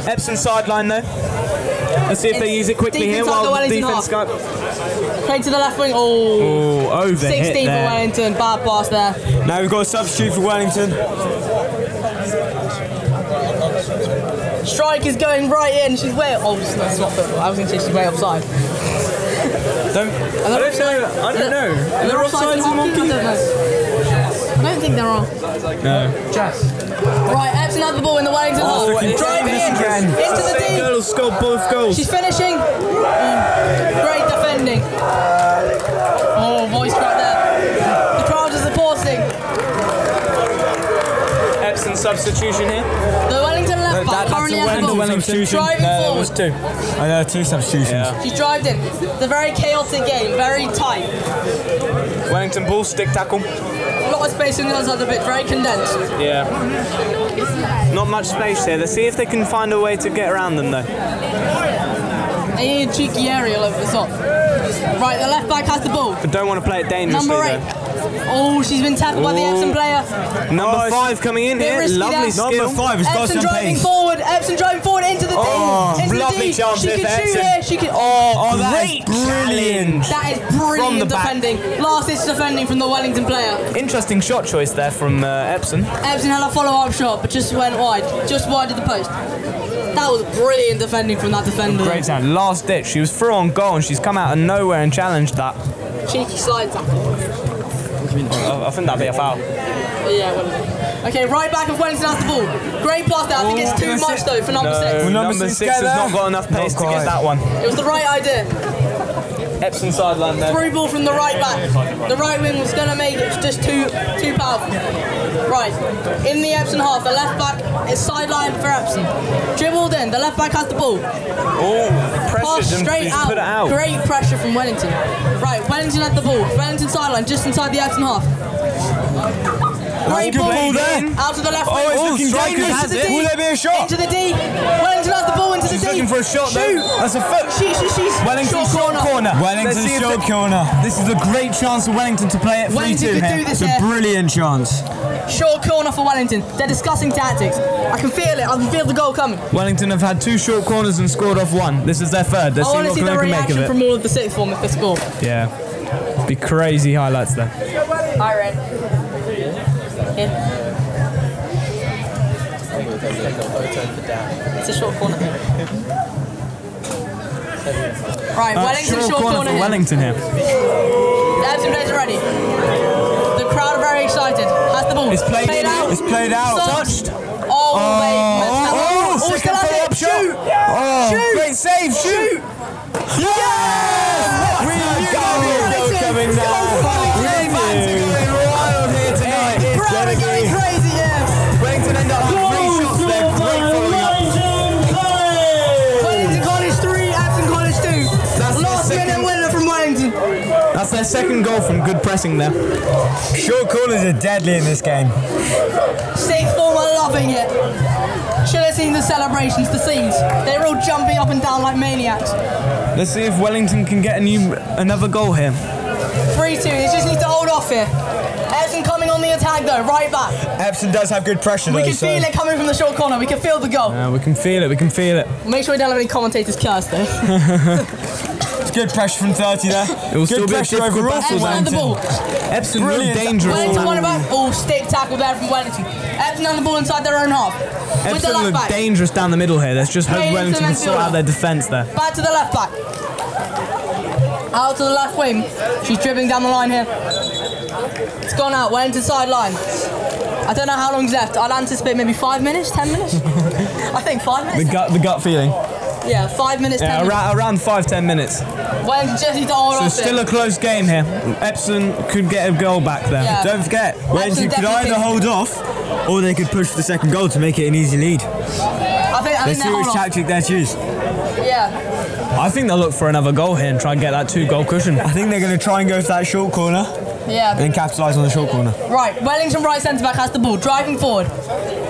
S6: Epson sideline though. Let's see if they use it quickly
S1: Deep
S6: here
S1: inside the
S6: while the
S1: Wellington
S6: defense
S1: half.
S6: go.
S1: Play to the left wing. Oh.
S6: Oh, over
S1: 16 for Wellington. Bad pass there.
S2: Now we've got a substitute for Wellington.
S1: Strike is going right in. She's way. Oh, it's not, it's not football. I was going to say she's way offside.
S6: Don't.
S1: I don't know. I don't know. Are there offsides in hockey? I don't know. I don't think there are.
S6: No.
S1: Right, Epson had the ball in the Wellington half.
S6: Oh, it's
S1: Driving in.
S6: dangerous again.
S1: Into the
S6: Same
S1: D.
S6: girl who scored both goals.
S1: She's finishing. Mm. Great defending. Oh, voice crack there. The crowd is supporting.
S6: Epson substitution here.
S1: The Wellington left back currently has the ball. Driving
S6: there
S1: forward.
S6: was two.
S2: Oh, there are two substitutions.
S1: She drived in. It's a very chaotic game, very tight.
S6: Wellington ball stick tackle.
S1: A lot of space in the other bit, very condensed.
S6: Yeah. Not much space here. Let's see if they can find a way to get around them though.
S1: They need a cheeky aerial over the top. Right, the left back has the ball.
S6: But don't want to play it dangerously
S1: Number eight.
S6: though.
S1: Oh, she's been tapped by the
S6: Oh.
S1: Epson player.
S6: Number five coming in
S1: Bit
S6: here.
S1: risky
S6: Lovely
S1: there.
S6: skill.
S1: Epson driving forward. Epson driving forward into the D.
S6: Oh,
S1: into the
S6: lovely
S1: D.
S6: chance
S1: She
S6: there
S1: can
S6: for
S1: shoot
S6: Epson.
S1: here. She can. Oh,
S6: Oh, that is
S1: great.
S6: brilliant.
S1: That is brilliant
S6: From the back.
S1: defending. Last ditch defending from the Wellington player.
S6: Interesting shot choice there from uh, Epson.
S1: Epson had a follow-up shot, but just went wide. Just wide of the post. That was brilliant defending from that defender.
S6: Great time. Last ditch. She was through on goal and she's come out of nowhere and challenged that.
S1: Cheeky slide tackle.
S6: I I think that'd be a foul.
S1: But yeah, well, okay, right back of Wellington has the ball. Great pass there. I think it's too much though for number
S6: no,
S1: six.
S6: number, six has not got enough pace to get that one.
S1: It was the right idea.
S6: Epson sideline there.
S1: Through ball from the right back. The right wing was gonna make it just too too powerful. Right. In the Epson half, the left back is sideline for Epson. Dribbled in, the left back has the ball.
S6: Oh,
S1: Pass
S6: pressured and
S1: straight
S6: he's
S1: out.
S6: put it out.
S1: Great pressure from Wellington. Right, Wellington at the ball. Wellington sideline just inside the Epson half. Great
S2: good ball there.
S1: Out to the left.
S2: Oh,
S1: wing.
S2: it's looking
S1: Straight
S2: dangerous.
S1: into the D.
S2: Will there be a shot?
S1: Into the D. Wellington has the ball into
S2: She's
S1: the D.
S2: looking for a shot, though.
S1: Shoot.
S2: That's a foot.
S1: She, she, she's
S6: Wellington
S1: short corner.
S2: Wellington short corner.
S6: This is a great chance for Wellington to play it 3-2
S1: Wellington could do this
S2: It's a
S1: here.
S2: brilliant chance.
S1: Short corner for Wellington. They're discussing tactics. I can feel it. I can feel the goal coming.
S6: Wellington have had two short corners and scored off one. This is their third. Let's
S1: I
S6: Oh,
S1: want
S6: see what
S1: to see
S6: they
S1: the
S6: can make of
S1: reaction
S6: it.
S1: from all of the sixth form if they score.
S6: yeah. Be crazy highlights there.
S1: I read. Here. It's a short corner. Right,
S6: Uh,
S1: Wellington short,
S6: corner, for
S1: here.
S6: Wellington here.
S1: The Everton players are ready. The crowd are very excited. Has the ball.
S6: It's played in.
S1: out.
S6: It's played out.
S1: Touched. Oh, wait. Messed up.
S2: oh,
S1: Oh,
S2: second
S1: still has
S2: follow-up
S1: it.
S2: shot.
S1: Shoot.
S2: Oh,
S1: Shoot.
S2: great save, shoot! Yes! We knew that was coming now. We fans are going wild here tonight. It's
S1: Crowd are
S2: gonna
S1: going
S2: be-
S1: crazy, yes.
S2: Wellington end up with three shots there. Great following up.
S1: Wellington College 3, Aston College 2.
S6: That's the
S1: Last minute
S6: second-
S1: winner from Wellington.
S6: That's their second goal from good pressing there.
S2: Short corners are deadly in this game.
S1: Sixth form are loving it. Should have seen the celebrations, the scenes. They were all jumping up and down like maniacs.
S6: Let's see if Wellington can get a new another goal here.
S1: 3 2, they just need to hold off here. Everton coming on the attack though, right back.
S2: Epson does have good pressure
S1: We
S2: though.
S1: can
S2: so-
S1: feel it coming from the short corner, we can feel the goal.
S6: Uh, we can feel it. We can feel it.
S1: Make sure we don't have any commentators curse though.
S2: It's good pressure from 30 there. It
S6: will
S2: good
S6: still be a
S2: pressure
S6: difficult
S2: overall
S6: battle,
S2: for
S1: Everton had the
S2: Wellington.
S1: ball.
S6: Epsom really
S2: Brilliant.
S6: dangerous.
S1: Wellington won about. Oh, stick tackle there from Wellington. Everton had the ball inside their own half. With the
S6: Epsom
S1: left
S6: look
S1: back.
S6: dangerous down the middle here. Let's just
S1: Hey,
S6: hope
S1: into
S6: Wellington can sort
S1: midfield.
S6: out their defence there.
S1: Back to the left back. Out to the left wing. She's dribbling down the line here. It's gone out. Went into sideline. I don't know how long's left. I'd anticipate maybe five minutes, ten minutes. I think five
S6: The
S1: minutes.
S6: gut, the gut feeling.
S1: Yeah, five minutes,
S6: Yeah,
S1: ten
S6: Uh, around, around five, ten minutes.
S1: minutes. Wellington just need to hold
S6: So
S1: off
S6: still
S1: it.
S6: a close game here. Epsom could get a goal back there.
S1: Yeah.
S2: Don't forget, Wellington could
S1: definitely-
S2: either hold off or they could push for the second goal to make it an easy lead.
S1: I think, I
S2: Let's
S1: think
S2: see
S1: they're
S2: which
S1: hold off.
S2: tactic they choose.
S1: Yeah.
S6: I think they'll look for another goal here and try and get that two goal cushion.
S2: I think they're going to try and go for that short corner and
S1: Yeah.
S2: then capitalise on the short corner.
S1: Right. Wellington right centre back has the ball. Driving forward.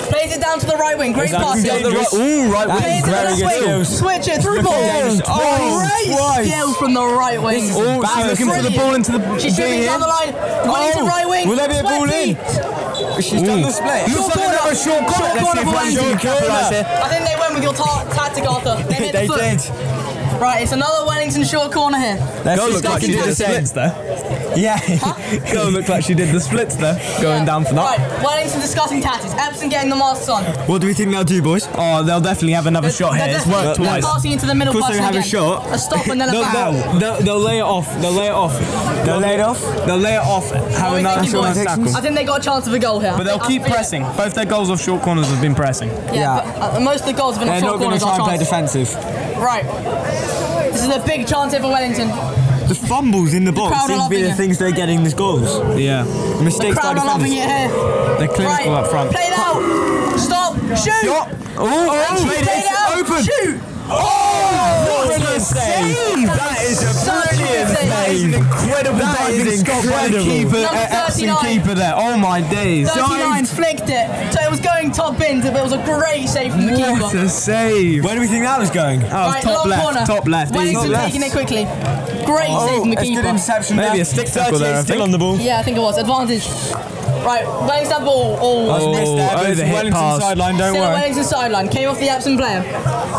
S1: Plays it down to the right wing. Great
S2: That's
S1: pass.
S2: dangerous.
S1: Plays
S6: Ooh, right
S2: That
S1: it
S2: is
S1: to the
S2: very
S1: left
S2: good
S1: wing.
S2: skills.
S1: Switch it. Through
S2: Looking
S1: ball.
S2: dangerous. Oh,
S1: Great
S2: twice.
S1: skill from the right wing.
S2: This is
S6: Oh, she's
S2: embarrassing.
S6: looking for the ball into the
S1: She's dribbling down the line. Wellington right wing.
S2: Oh. Will there be a ball
S1: Sweaty.
S2: in? She's done the split.
S1: Short
S2: Looks like
S1: corner.
S2: another short
S1: Short
S2: corner.
S1: corner for
S2: Let's see
S1: Wellington.
S2: if Wellington can capitalise here.
S1: I think they went with your ta- tactic, Arthur. They, hit the
S2: They
S1: foot.
S2: did.
S1: Right, it's another Wellington short corner here.
S2: Let's
S6: Goal
S2: see
S6: looked
S2: if
S6: like
S2: they
S6: she
S2: can
S6: did
S2: do
S6: the
S2: the same.
S6: splits there.
S2: Yeah.
S6: Goal looked like she did the splits there. Going
S1: Yeah.
S6: down for that.
S1: Right, Wellington discussing tactics. Epson getting the masks on. They're-
S2: What do we think they'll do, boys?
S6: Oh, they'll definitely have another shot here.
S1: they're-
S6: It's worked
S1: they're
S6: twice.
S1: passing into the middle
S2: Could they
S1: person
S2: have a
S1: again.
S2: shot?
S1: A stop and then a
S6: They'll,
S1: back.
S6: they'll, they'll, they'll lay it off. They'll lay it off.
S2: They'll lay it off?
S6: They'll lay it off.
S1: What
S6: Have
S1: are we
S6: another
S1: thinking,
S6: short
S1: boys?
S6: tackle.
S1: I think they got a chance of a goal here.
S6: But they'll keep pressing. Both their goals off short corners have been pressing.
S1: Yeah, But, uh, most of the goals have been
S2: They're
S1: on
S2: not
S1: short
S2: going to
S1: corners.
S2: try and
S1: our
S2: play
S1: chance.
S2: defensive.
S1: Right. This is a big chance here for Wellington.
S2: The fumbles in the box
S1: crowd are
S2: seem to be
S1: loving
S2: the
S1: it.
S2: things they're getting the goals.
S6: Yeah.
S2: Mistakes by
S1: Crowd are loving
S2: defenders.
S1: it here.
S6: They're clinical
S1: right.
S6: up front.
S1: Play it out. Stop. Shoot.
S2: Shot. Oh, oh,
S1: Play it out.
S2: open.
S1: Shoot.
S2: Oh, what a save! That is a
S1: Such a
S2: brilliant
S1: save. That is
S2: save.
S1: an
S2: incredible that
S6: diving
S2: is
S6: stop by the
S2: incredible.
S6: keeper,
S1: Number
S6: uh, Epsom
S1: 39.
S6: keeper there. Oh my days.
S1: 39 flicked it. So it was going top in, but it was a great save from the keeper.
S6: What a save.
S2: Where do we think that was going?
S6: Oh,
S1: right,
S6: top,
S1: long
S6: left,
S1: corner.
S6: top left, easy.
S1: Wellington
S2: Top
S1: taking it
S2: left. Oh,
S1: quickly. Great save from the
S2: it's good
S1: keeper.
S2: interception.
S6: Maybe
S2: there.
S6: a stick tackle there, I
S2: 38 still
S6: think.
S2: on the ball.
S1: Yeah, I think it was. Advantage. Right, Wellington had ball.
S2: That's
S1: Oh,
S2: missed there,
S6: Oh,
S2: but it's
S6: the hit
S2: Wellington
S6: pass.
S2: sideline. Don't
S1: still at
S2: worry.
S1: Wellington sideline. Came off the Epsom player.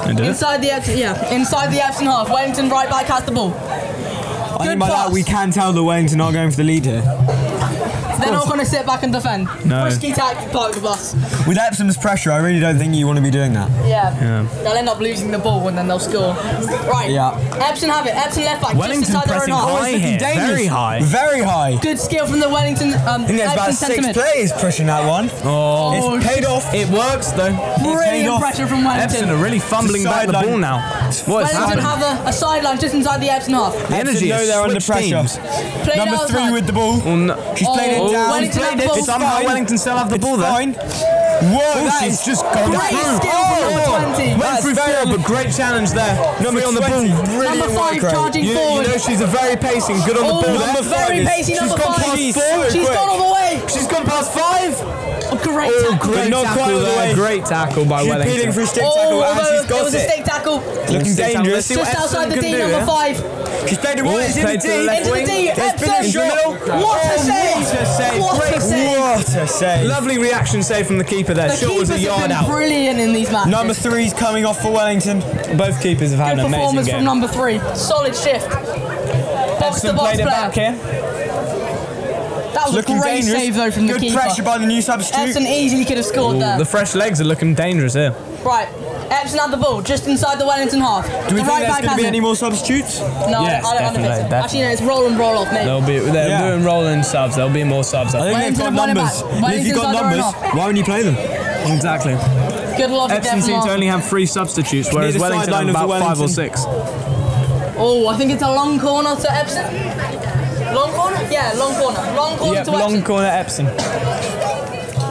S6: Did it?
S1: Inside the Epsom, yeah, inside the Epsom half. Wellington right back has the ball.
S2: I
S1: Good
S2: think by
S1: pass.
S2: that we can tell the Wellington are going for the lead here.
S1: They're not going to sit back and defend.
S6: No.
S1: Risky tactic, park the bus.
S2: With Epsom's pressure, I really don't think you want to be doing that.
S1: Yeah.
S6: Yeah.
S1: They'll end up losing the ball and then they'll score. Right.
S2: Yeah.
S1: Epsom have it. Epsom left back.
S6: Wellington
S1: just inside their own
S6: pressing
S1: half.
S6: high
S2: It's looking
S6: here,
S2: dangerous.
S6: very high.
S2: Very high. I
S1: Good skill from the Wellington. Um,
S2: think there's about
S1: Epsom
S2: six
S1: sentiment.
S2: players pushing that one.
S6: Oh.
S2: It's paid off.
S6: It works though.
S2: paid
S1: Brilliant
S2: off.
S1: pressure from Wellington.
S6: Epsom are really fumbling back the
S2: sideline.
S6: ball now. What is
S1: Wellington
S6: happening?
S1: have a, a sideline just inside the Epsom half.
S6: The energy
S2: know
S6: has
S2: they're under
S6: switched
S2: pressure.
S6: teams.
S1: Played
S2: Number
S1: outside.
S2: three with the ball.
S6: Oh, no.
S2: She's played
S1: Oh,
S2: it down.
S1: Wellington have the ball.
S6: Somehow Wellington still have the
S2: It's
S6: ball there.
S2: fine.
S6: Whoa, that
S17: she's
S6: is
S17: just gone
S6: great
S17: through.
S6: skill
S17: Oh,
S6: from number 20.
S17: Went
S6: That's
S17: through
S6: very-
S17: four, but great challenge there.
S6: Number
S17: Three on the ball.
S6: 20.
S17: Brilliant
S6: Number five,
S17: work, Ray.
S6: charging
S17: you,
S6: forward.
S17: You know she's a very pacing, good on
S6: Oh,
S17: the ball.
S6: number
S1: Very
S17: five is-
S1: pacey, number
S17: she's gone
S1: five.
S17: past
S1: She's
S17: four. quick.
S1: gone all the way.
S6: Oh,
S17: She's gone past five.
S1: Oh, great
S17: Oh,
S1: tackle.
S17: great
S6: not
S17: tackle
S6: quite all the
S17: there.
S6: way.
S17: Great tackle by
S6: She's
S17: Wellington.
S6: peeling through stick
S1: Oh,
S6: tackle and
S1: although
S6: she's got
S1: it was a
S6: it.
S1: stake tackle.
S6: Looking dangerous.
S1: Just outside the D, number five.
S6: She's played it well. It's in the
S17: Played to the
S6: D.
S17: left
S1: Into the D.
S6: There's been a
S1: Epsom.
S6: shot.
S1: What a save.
S6: What a save.
S1: What a
S6: Great-
S1: save.
S6: What a save. Lovely reaction save from the keeper there.
S1: The
S6: Shot
S1: keepers
S6: was a
S1: have
S6: yard
S1: been
S6: out.
S1: brilliant in these matches.
S6: Number three's coming off for Wellington. Both keepers have had
S1: Good
S6: an amazing
S1: performance
S6: game.
S1: from number three. Solid shift. Box to
S6: Epsom
S1: box
S6: played it
S1: player.
S6: back here.
S1: That was
S6: Looking
S1: a great
S6: dangerous.
S1: save though from the
S6: Good
S1: keeper.
S6: pressure by the new substitute.
S1: Epson easily could have scored
S6: Ooh,
S1: there.
S6: the fresh legs are looking dangerous here.
S1: right. Epson had the ball just inside the Wellington half.
S6: Do we
S1: the right
S6: think there's
S1: back
S6: gonna
S1: has
S6: be
S1: it.
S6: any more substitutes?
S1: No,
S6: Yes,
S1: I don't, I don't
S6: definitely,
S1: think so.
S6: definitely.
S1: Actually, no, it's roll and roll off, mate.
S6: They'll be they're
S1: Yeah.
S6: doing rolling subs. There'll be more subs.
S1: I think they've Wellington got have won it numbers. back. And if Wellington's you've got not going numbers,
S6: why wouldn't you play them? Exactly.
S1: Good logic there
S6: Epsom
S1: from
S6: seem to
S1: Arsenal.
S6: only have three substitutes,
S17: Near
S6: whereas
S17: the
S6: Wellington have
S17: sideline of the
S6: about five or
S17: Wellington.
S6: six.
S1: Oh, I think it's a long corner to Epson. Long corner? Yeah, long corner. Long corner
S6: Yep,
S1: to Epson.
S6: long corner Epsom.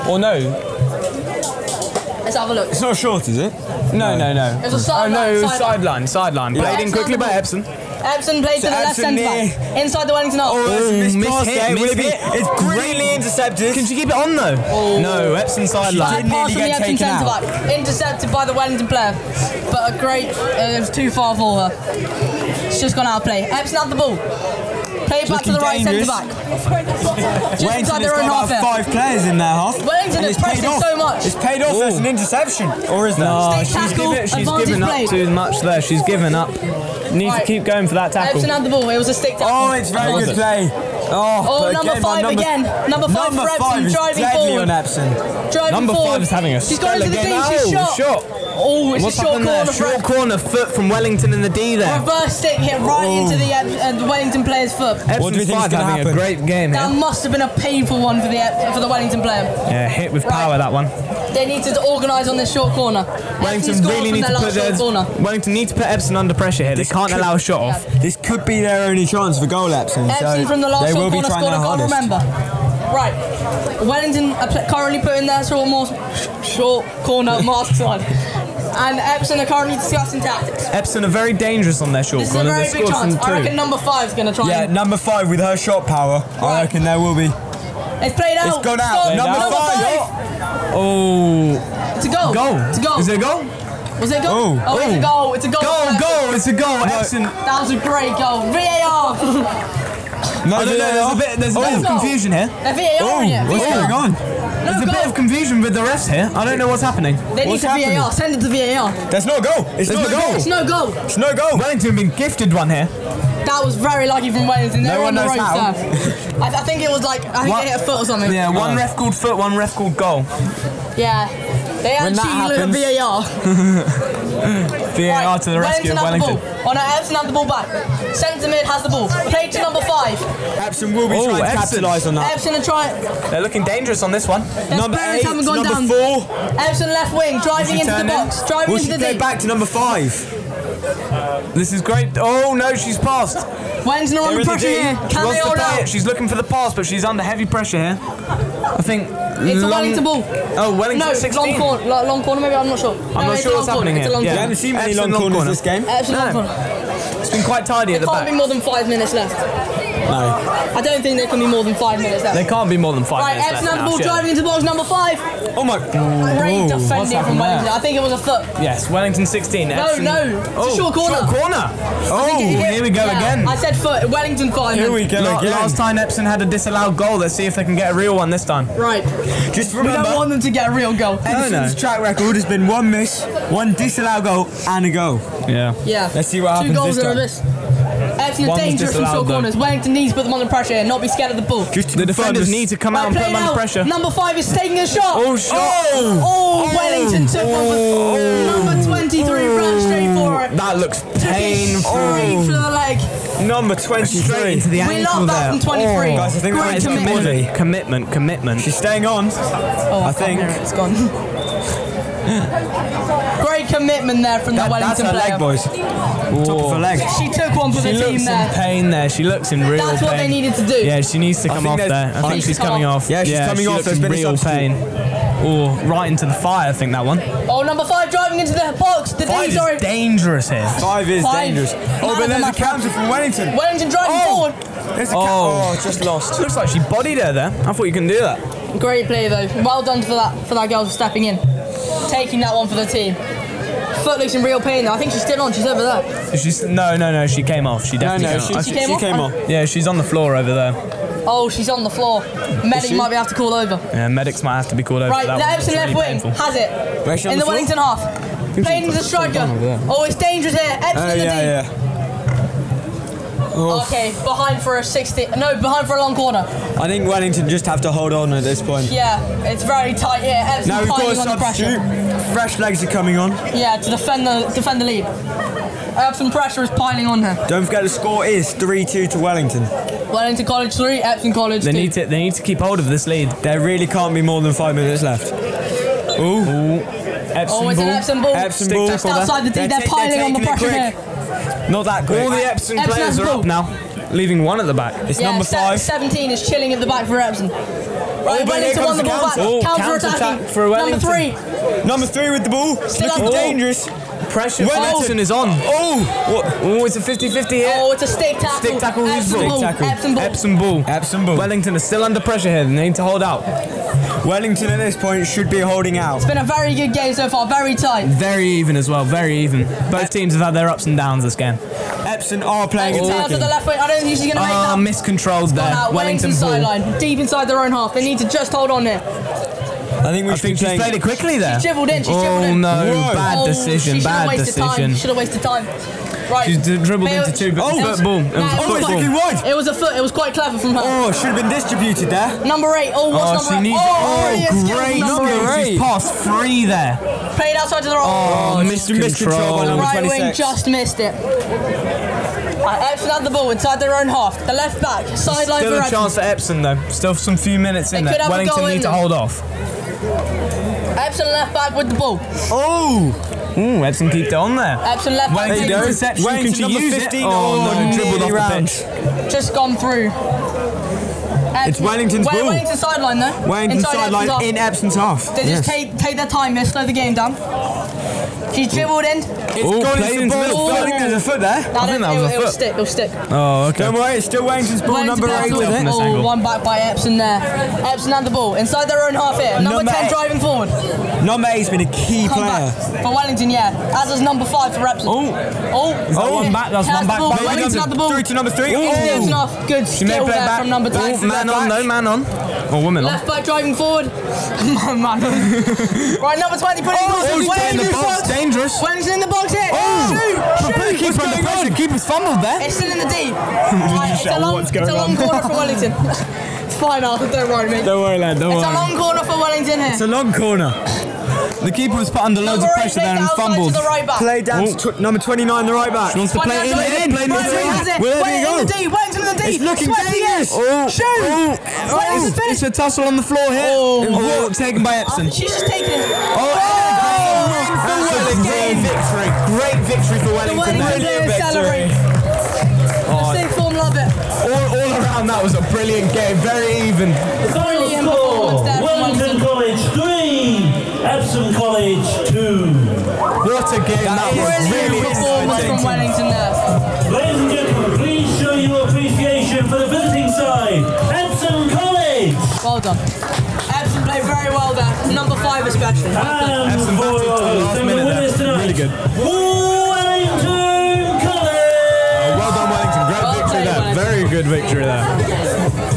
S6: Or no?
S1: Let's have a look.
S6: It's not short, is it? No, no, no.
S1: It was a
S6: oh
S1: sideline,
S6: no, it was
S1: sideline.
S6: sideline, sideline.
S1: Yeah.
S6: Played in quickly by Epsom.
S1: Epson played to
S6: So
S1: the left
S6: Epsom
S1: centre back. Inside the Wellington half.
S2: Oh,
S6: It's greatly intercepted. Can she keep it on though? No, Epsom
S1: Bad
S6: sideline.
S1: pass from the Epsom centre back. Intercepted by the Wellington player. But a great. Uh, it was too far for her. It's just gone out of play. Epson had the ball. Play it back to
S2: Looking
S1: the right centre
S2: dangerous.
S1: back. Just
S2: Wellington
S1: inside
S2: has
S1: their own
S2: got
S1: half
S2: about
S1: there.
S2: five players in their half.
S1: Wellington
S2: and
S1: have
S2: it's paid
S1: pressed it
S2: off.
S1: so much.
S2: It's paid off. That's an interception, or is that?
S6: No,
S1: Stick
S6: she's
S1: tackle,
S6: given, she's
S1: advantage
S6: given
S1: play.
S6: up too much there. She's given up. Need to
S1: Right.
S6: keep going for that tackle.
S1: Epson had the ball. It was a stick tackle.
S2: Oh, it's very
S6: How was
S2: good
S6: it?
S2: play. Oh,
S1: Oh,
S2: but
S1: number
S2: again, by
S1: five
S2: number,
S1: again. Number five
S2: number
S1: for Epsom,
S2: five is
S1: driving
S2: deadly
S1: forward.
S2: on Epson.
S1: Driving
S6: Number
S1: forward.
S6: five is having a
S1: She's gone
S6: stellar
S1: into the D.
S6: game.
S1: She's
S6: Oh,
S1: shot.
S6: shot.
S1: Oh, it's
S6: What's
S1: a short
S6: happened
S1: corner.
S6: there?
S1: for
S6: Short corner foot from Wellington in the D there.
S1: Reverse stick hit right into the, Ep- uh, the Wellington player's foot.
S6: What do we think is going
S2: five
S6: to
S2: having
S6: happen?
S2: a
S6: A great game
S1: That must have been a painful one for the Ep- for the Wellington player.
S6: Yeah, hit with power that one.
S1: They needed to organise on this short corner.
S6: Wellington really need to put their, Wellington need to put Epson under pressure here. They can't allow a shot off.
S2: This could be their only chance for goal, Epson.
S1: Epson
S2: so
S1: from the last
S2: they
S1: short
S2: will be
S1: corner
S2: trying
S1: scored a
S2: their
S1: goal.
S2: hardest.
S1: Remember, right? Wellington are pl- currently putting their sort of more sh- short corner masks on, and Epson are currently discussing tactics.
S6: Epson are very dangerous on their short
S1: This is a
S6: corner. They
S1: very big
S6: scored
S1: chance.
S6: from
S1: I reckon
S6: two.
S1: number five's going to try.
S2: Yeah,
S1: and-
S2: number five with her shot power. I reckon there will be.
S1: It's played out.
S2: It's gone out.
S1: Goal.
S2: Number five.
S6: Oh,
S1: It's a goal.
S6: goal!
S1: It's a goal.
S6: Is it a goal?
S1: Was it a goal?
S6: Oh.
S1: Oh, it's a goal. It's a goal.
S6: Goal! Goal! It's a goal. Epson.
S1: That was a great goal. VAR.
S6: I don't know. There's a bit. There's a bit of
S1: Goal.
S6: confusion here.
S1: A VAR. in it.
S6: what's
S1: VAR.
S6: going on? There's a bit
S1: goal.
S6: of confusion with the refs here. I don't know what's happening.
S1: They need
S6: what's
S1: to VAR. Send it to VAR.
S2: That's not a goal. It's
S6: There's
S2: not a
S6: no
S2: goal.
S1: It's no goal.
S6: It's no goal. Wellington have been gifted one here.
S1: That was very lucky from Wellington. They
S6: No
S1: were on
S6: one
S1: the
S6: knows
S1: ropes
S6: how.
S1: there. I, I think it was like I think
S6: What?
S1: they hit a foot or something. Uh,
S6: Yeah, one ref called foot, one ref called goal.
S1: Yeah. They
S6: When that
S1: actually look at
S6: happens-
S1: VAR.
S6: VAR
S1: Right,
S6: to the rescue of
S1: Wellington.
S6: Wellington.
S1: have the ball. On a Epson have the ball back. Centre mid has the ball. Play to number five.
S2: Epson will be
S6: Oh,
S2: trying to
S6: Epson.
S2: capitalise on that.
S1: Epson and try.
S6: They're looking dangerous on this one.
S1: Their
S2: Number
S1: spirits
S2: eight,
S1: haven't gone
S2: number
S1: down.
S2: four.
S1: Epson left wing, driving
S6: she
S1: into the
S6: turn in?
S1: box, driving
S2: Will
S1: into
S2: she
S1: the
S2: go
S1: deep.
S2: back to number five?
S6: This is great. Oh no, she's passed.
S1: Wellington are
S6: They're
S1: under
S6: in the
S1: pressure
S6: D.
S1: here.
S6: She
S1: Can
S6: wants
S1: they
S6: to
S1: hold
S6: play
S1: out?
S6: it. She's looking for the pass, but she's under heavy pressure here. I think.
S1: It's a
S6: long-
S1: Wellington ball.
S6: Oh, Wellington
S1: No, long
S6: 16.
S1: corner, lo- long corner. Maybe I'm not sure.
S6: I'm not sure what's happening
S1: It's a
S6: here.
S1: long
S6: Yeah.
S2: We
S1: corner.
S2: haven't seen many
S6: Epson
S2: long
S6: long
S2: corners
S6: corner.
S2: this game.
S1: Epson long
S6: No.
S1: corner.
S6: It's been quite tidy at
S1: There
S6: the
S1: can't be
S6: back.
S1: more than five minutes left.
S2: No.
S1: I don't think there can be more than five minutes left.
S6: They can't be more than five
S1: Right, Epson
S6: minutes left
S1: had the
S6: now,
S1: ball
S6: surely.
S1: driving into box number five.
S2: Oh my.
S1: Great
S2: Whoa.
S6: what's
S1: defending from
S6: happened
S1: Wellington.
S6: there?
S1: I think it was a foot.
S6: Yes, Wellington 16. Epsom-
S1: no, it's a
S6: oh,
S1: short corner.
S6: Short corner. Oh, here we go
S1: Yeah,
S6: again.
S1: I said foot. Wellington five.
S2: Here we go
S6: La-
S2: again.
S6: Last time Epson had a disallowed goal. Let's see if they can get a real one this time.
S1: Right.
S2: Just
S1: We don't
S2: remember,
S1: want them to get a real goal.
S2: Epson's track record has been one miss, one disallowed goal, and a goal.
S6: Yeah.
S1: Yeah.
S2: Let's see what
S1: Two
S2: happens
S1: goals
S2: this
S1: and a
S2: time.
S1: miss. Epson
S6: One was
S1: dangerous from short
S6: disallowed, though.
S1: corners. Wellington needs to put them under pressure here, not be scared of the ball.
S2: Just
S6: The defenders
S2: defenders-
S6: need to come
S1: Right,
S6: out and put
S1: play
S6: them under
S1: now.
S6: pressure.
S1: Number five is taking a shot.
S6: Oh, shot. Oh.
S1: Oh, oh, Wellington took one. Number 23 ran straight for it.
S6: That Oh. looks
S1: Took it Straight for
S6: painful.
S1: the leg.
S2: Number 23.
S6: Straight into the
S1: We
S6: ankle
S1: love that from
S6: there.
S1: 23.
S2: Guys, I think
S1: Great
S2: that Oh. is
S1: commitment.
S6: Commitment, commitment, commitment.
S2: She's staying on.
S1: Oh, I,
S2: I
S1: think
S2: think-
S1: it's gone. Great great commitment there from the Wellington player.
S6: Top of her leg.
S1: She took one for
S6: She
S1: the
S6: looks
S1: team
S6: in
S1: there.
S6: pain there. She looks in real pain.
S1: That's what they needed to do.
S6: Yeah, she needs to
S1: I
S6: come
S1: think
S6: off
S1: there's-
S6: there. I
S1: I
S6: think
S1: think
S6: she's
S1: she's
S6: coming
S1: come
S6: off.
S1: off. Yeah, she's
S2: coming
S6: she
S2: off.
S6: looks
S2: There's
S6: in
S2: been a
S6: real pain.
S2: substitute.
S6: Or right into the fire. I think that one.
S1: Oh, number five driving into the box. The
S6: Five
S1: D's
S6: is
S1: are in.
S6: dangerous here.
S2: Five is
S1: Five.
S2: dangerous. Oh,
S1: Man
S2: but
S1: of the
S2: there's a
S1: match.
S2: counter from Wellington.
S1: Wellington driving forward.
S2: There's a ca-
S6: Oh.
S2: oh, just lost.
S6: Looks like she bodied her there. I thought you couldn't do that.
S1: Great play though. Well done for that for that girl for stepping in, taking that one for the team. Foot looks in real pain though. I think she's still on. She's over there.
S6: She's no, no, no. She came off. She definitely
S1: no,
S6: came off.
S1: she- she came She off? came off.
S6: Yeah, she's on the floor over there.
S1: Oh, she's on the floor. Medic
S6: she?
S1: might be have to call over.
S6: Yeah, medics might have to be called over.
S1: Right,
S6: for that
S1: the
S6: one. It's
S1: Epsom left
S6: really
S1: wing
S6: painful.
S1: has it.
S6: Where's she on
S1: in
S6: the
S1: the,
S6: floor?
S1: Wellington half. Playing as a striker.
S6: over there?
S1: Oh, it's dangerous here. Epsom in the deep.
S2: yeah. Oh,
S1: Okay, behind for a 60. No, behind for a long corner.
S2: I think Wellington just have to hold on at this point.
S1: Yeah, it's very tight here. Epsom
S2: Now we've got a
S1: piling on the
S2: substitute.
S1: pressure.
S2: Fresh legs are coming on.
S1: Yeah, to defend the defend the lead. Epsom pressure is piling on her.
S2: Don't forget the score is 3-2 to Wellington.
S1: Wellington College 3, Epsom College 2.
S6: They need to. They need to keep hold of this lead.
S2: There really can't be more than five minutes left. Ooh.
S6: Epsom
S1: oh, it's an Epsom ball.
S2: Epsom ball.
S1: Just outside the D. They're,
S2: ta-
S1: piling on the
S2: taking it
S1: pressure
S2: quick.
S1: here.
S2: Not that quick.
S6: All the Epsom
S1: Epsom
S6: players
S1: has
S6: are
S1: the
S6: up
S1: ball.
S6: now, leaving one at the back.
S1: yeah, se- 17 is chilling at the back for Epsom. Right,
S2: but here
S1: Wellington won
S2: comes
S1: the
S2: the
S1: ball back.
S2: counter. Oh,
S1: counter
S2: counter-attack
S1: attacking.
S2: for
S1: Number
S2: Wellington.
S1: 3.
S2: Number three with the ball.
S1: Still
S2: Looking
S1: on the ball.
S2: dangerous.
S6: Pressure.
S2: Well,
S6: Wellington
S2: Epsom-
S6: is on.
S2: Oh, what?
S6: Oh, it's a 50-50 here.
S1: Oh, it's a stick tackle.
S6: Stick tackle. Who's
S1: Epsom
S6: ball?
S1: ball. Epsom ball.
S6: Epsom ball.
S2: Epsom ball.
S6: Wellington is still under pressure here. They need to hold out.
S2: Wellington at this point should be holding out.
S1: It's been a very good game so far. Very tight.
S6: Very even as well. Very even. Both teams have had their ups and downs this game.
S2: Epsom are playing
S1: Epsom down to
S2: attacking.
S1: the left wing. I don't think she's going to make
S6: Ah,
S1: that.
S6: miscontrolled there.
S1: Out.
S6: Wellington
S1: Wellington
S6: ball.
S1: sideline. Deep inside their own half. They need to just hold on here.
S2: I think we
S6: I
S2: should be
S6: think she's
S2: playing.
S6: played it quickly there.
S1: She dribbled in. She dribbled
S6: oh
S1: in.
S6: no!
S2: Whoa.
S6: Bad
S1: Oh,
S6: decision.
S1: She
S6: Bad
S1: Time.
S6: decision.
S1: She should have wasted time. Right.
S6: She's d- dribbled into two,
S1: it
S6: but oh,
S1: was-
S6: football. It
S1: no,
S6: was
S1: it
S6: a
S1: was
S2: Oh,
S1: quite-
S6: football.
S2: fucking wide.
S1: It was a foot. It was quite clever from her.
S2: Oh, should have been distributed there.
S1: Number eight. Oh, what's
S6: she
S1: number eight?
S6: needs.
S1: Oh, brilliant skill from
S6: great!
S1: number
S6: skill.
S1: eight.
S6: She's passed free there.
S1: Played outside to the right.
S6: Oh,
S2: miscontrol by
S6: miscontrol.
S2: number
S1: right wing
S2: 26.
S1: just missed it. Right, Epson had the ball inside their own half. The left back sideline for
S6: Still a
S1: Epson.
S6: chance for Epsom though. Still some few minutes in
S1: They
S6: there.
S1: could have a
S6: Wellington
S1: goal
S6: need
S1: in
S6: to
S1: them.
S6: hold off.
S1: Epson left back with the ball.
S6: Oh! Ooh, Epsom keep it on there.
S1: Epson left back.
S6: Wellington
S1: taking-
S6: interception. Can
S2: Wellington
S6: she
S2: number
S6: use
S2: 15.
S6: it? Oh,
S2: Oh,
S6: no! Dribbled off
S2: nearly
S6: the
S2: round.
S6: pitch.
S1: Just gone through.
S2: It's
S1: Epsom-
S2: Wellington's
S1: Well,
S2: ball.
S1: Wellington sideline though.
S2: Wellington
S1: Inside Epson's half.
S2: sideline in Epsom's half.
S1: They just
S2: Yes.
S1: take take their time here, slow the game down. She's dribbled in.
S2: It's
S6: Ooh,
S2: gone
S6: played into
S2: into the ball.
S1: midfield.
S2: I think there's a foot there.
S1: I
S6: think that was a
S1: it'll
S6: foot.
S1: stick, it'll stick.
S6: Oh, okay.
S2: Don't worry, it's still Wellington's ball,
S1: Wellington
S2: number
S1: pass
S2: eight
S1: off.
S2: with it.
S6: Miss angle.
S1: Oh, one back by Epson there. Epson had the ball inside their own half here. Number,
S2: Number
S1: 10
S2: eight.
S1: driving forward.
S2: Number eight's been a key
S1: Come
S2: player.
S1: back for Wellington, yeah. As is number 5 for Epson.
S6: Oh.
S1: oh,
S6: that one back? That's
S1: Has
S6: one
S1: the
S6: back
S1: ball.
S6: by
S1: Wellington
S6: Wellington.
S1: had the ball.
S2: Through to number three.
S1: He's
S2: Oh.
S1: dips off. Good
S6: She may
S1: skill
S6: play
S1: there
S6: back.
S1: from number 10.
S6: Oh, man on, no man on. Or woman on.
S1: Left back driving forward. man, man. right, number 20 putting
S6: Oh,
S1: it in
S6: oh, he's in the box. Dangerous.
S1: Wellington in the box here.
S6: Oh! Shoot! Keeper's under pressure. Keeper's fumbled there.
S1: It's still in the deep. Right, it's a
S6: shout,
S1: long,
S6: "What's
S1: it's
S6: going
S1: a long corner for Wellington. it's fine, Arthur. Don't worry, mate.
S6: Don't worry, lad. Don't
S1: It's a long corner for Wellington here.
S6: It's a long corner. The keeper was put under loads
S1: Number
S6: of
S1: eight
S6: pressure there
S1: plays
S6: and
S1: outside
S6: fumbled.
S1: To the right back.
S2: Play down to tw- number 29, the right back.
S6: She wants to play it in. eh?
S1: Wellington
S6: Play it
S1: Right
S6: in.
S1: wing has it.
S2: Well, there you
S1: Wellington in
S2: go.
S1: the deep. Wellington in the deep.
S2: It's looking
S1: Sweating it.
S2: dangerous.
S1: Shoot. Wellington's
S6: Oh,
S1: finished.
S6: it's a tussle on the floor here.
S1: Oh.
S6: And ball taken by Epson.
S1: She's just taking it.
S6: Oh,
S2: That's a
S6: and a great win
S2: great
S6: for Wellington.
S2: victory. Great victory for
S1: The
S2: Wellington.
S1: Wellington
S2: there.
S1: there celebrate. Mistake form, love it.
S6: All, all around, that was a brilliant game. Very even.
S4: The final
S1: Brilliant
S4: score,
S1: performance there from
S4: Wellington
S1: Wellington.
S4: College 3, Epsom College 2.
S6: What a game that, was. Really
S1: Brilliant performance
S6: exciting.
S1: from Wellington there.
S4: Ladies and gentlemen, please show your appreciation for the visiting side, Epsom College,
S1: Well done. Epson played very well there. Number five especially. Well done.
S4: and
S6: Epsom
S4: for
S6: battled
S4: your
S6: to the last
S4: host and the
S6: minute
S4: winners
S6: there.
S4: tonight,
S6: Really good.
S4: Wellington College.
S6: Well done, Wellington. Great
S1: Well
S6: victory
S1: played,
S6: there.
S1: Wellington.
S6: Very good victory there.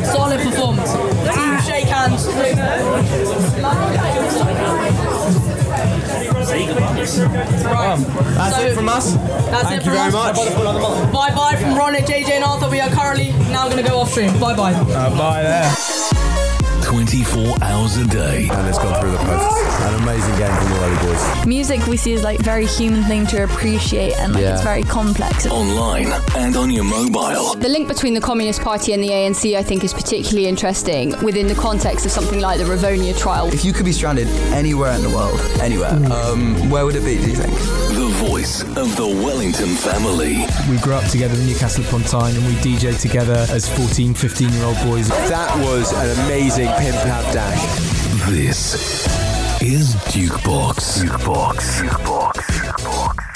S1: Solid performance. Team shake hands. Right.
S6: That's
S1: So-
S6: it from us.
S1: That's
S6: Thank
S1: it from
S6: you very
S1: us.
S6: much.
S1: Bye bye from Ron at JJ and Arthur. We are currently now going to go off stream. Bye bye.
S6: Uh, bye there.
S13: 24 hours a day.
S2: And it's gone through the posts. An amazing game from the Lowly Boys.
S18: Music we see is like very human thing to appreciate and like
S13: Yeah.
S18: it's very complex.
S13: Online and on your mobile.
S19: The link between the Communist Party and the ANC, I think, is particularly interesting within the context of something like the Ravonia trial.
S20: If you could be stranded anywhere in the world, anywhere,
S2: Hmm.
S20: um, where would it be, do you think?
S13: The voice of the Wellington family.
S6: We grew up together in Newcastle upon Tyne and we DJ together as 14, 15 year old boys.
S2: That was an amazing pimp out dash.
S13: This is Duke Box. Duke Box. Duke Box. Duke Box.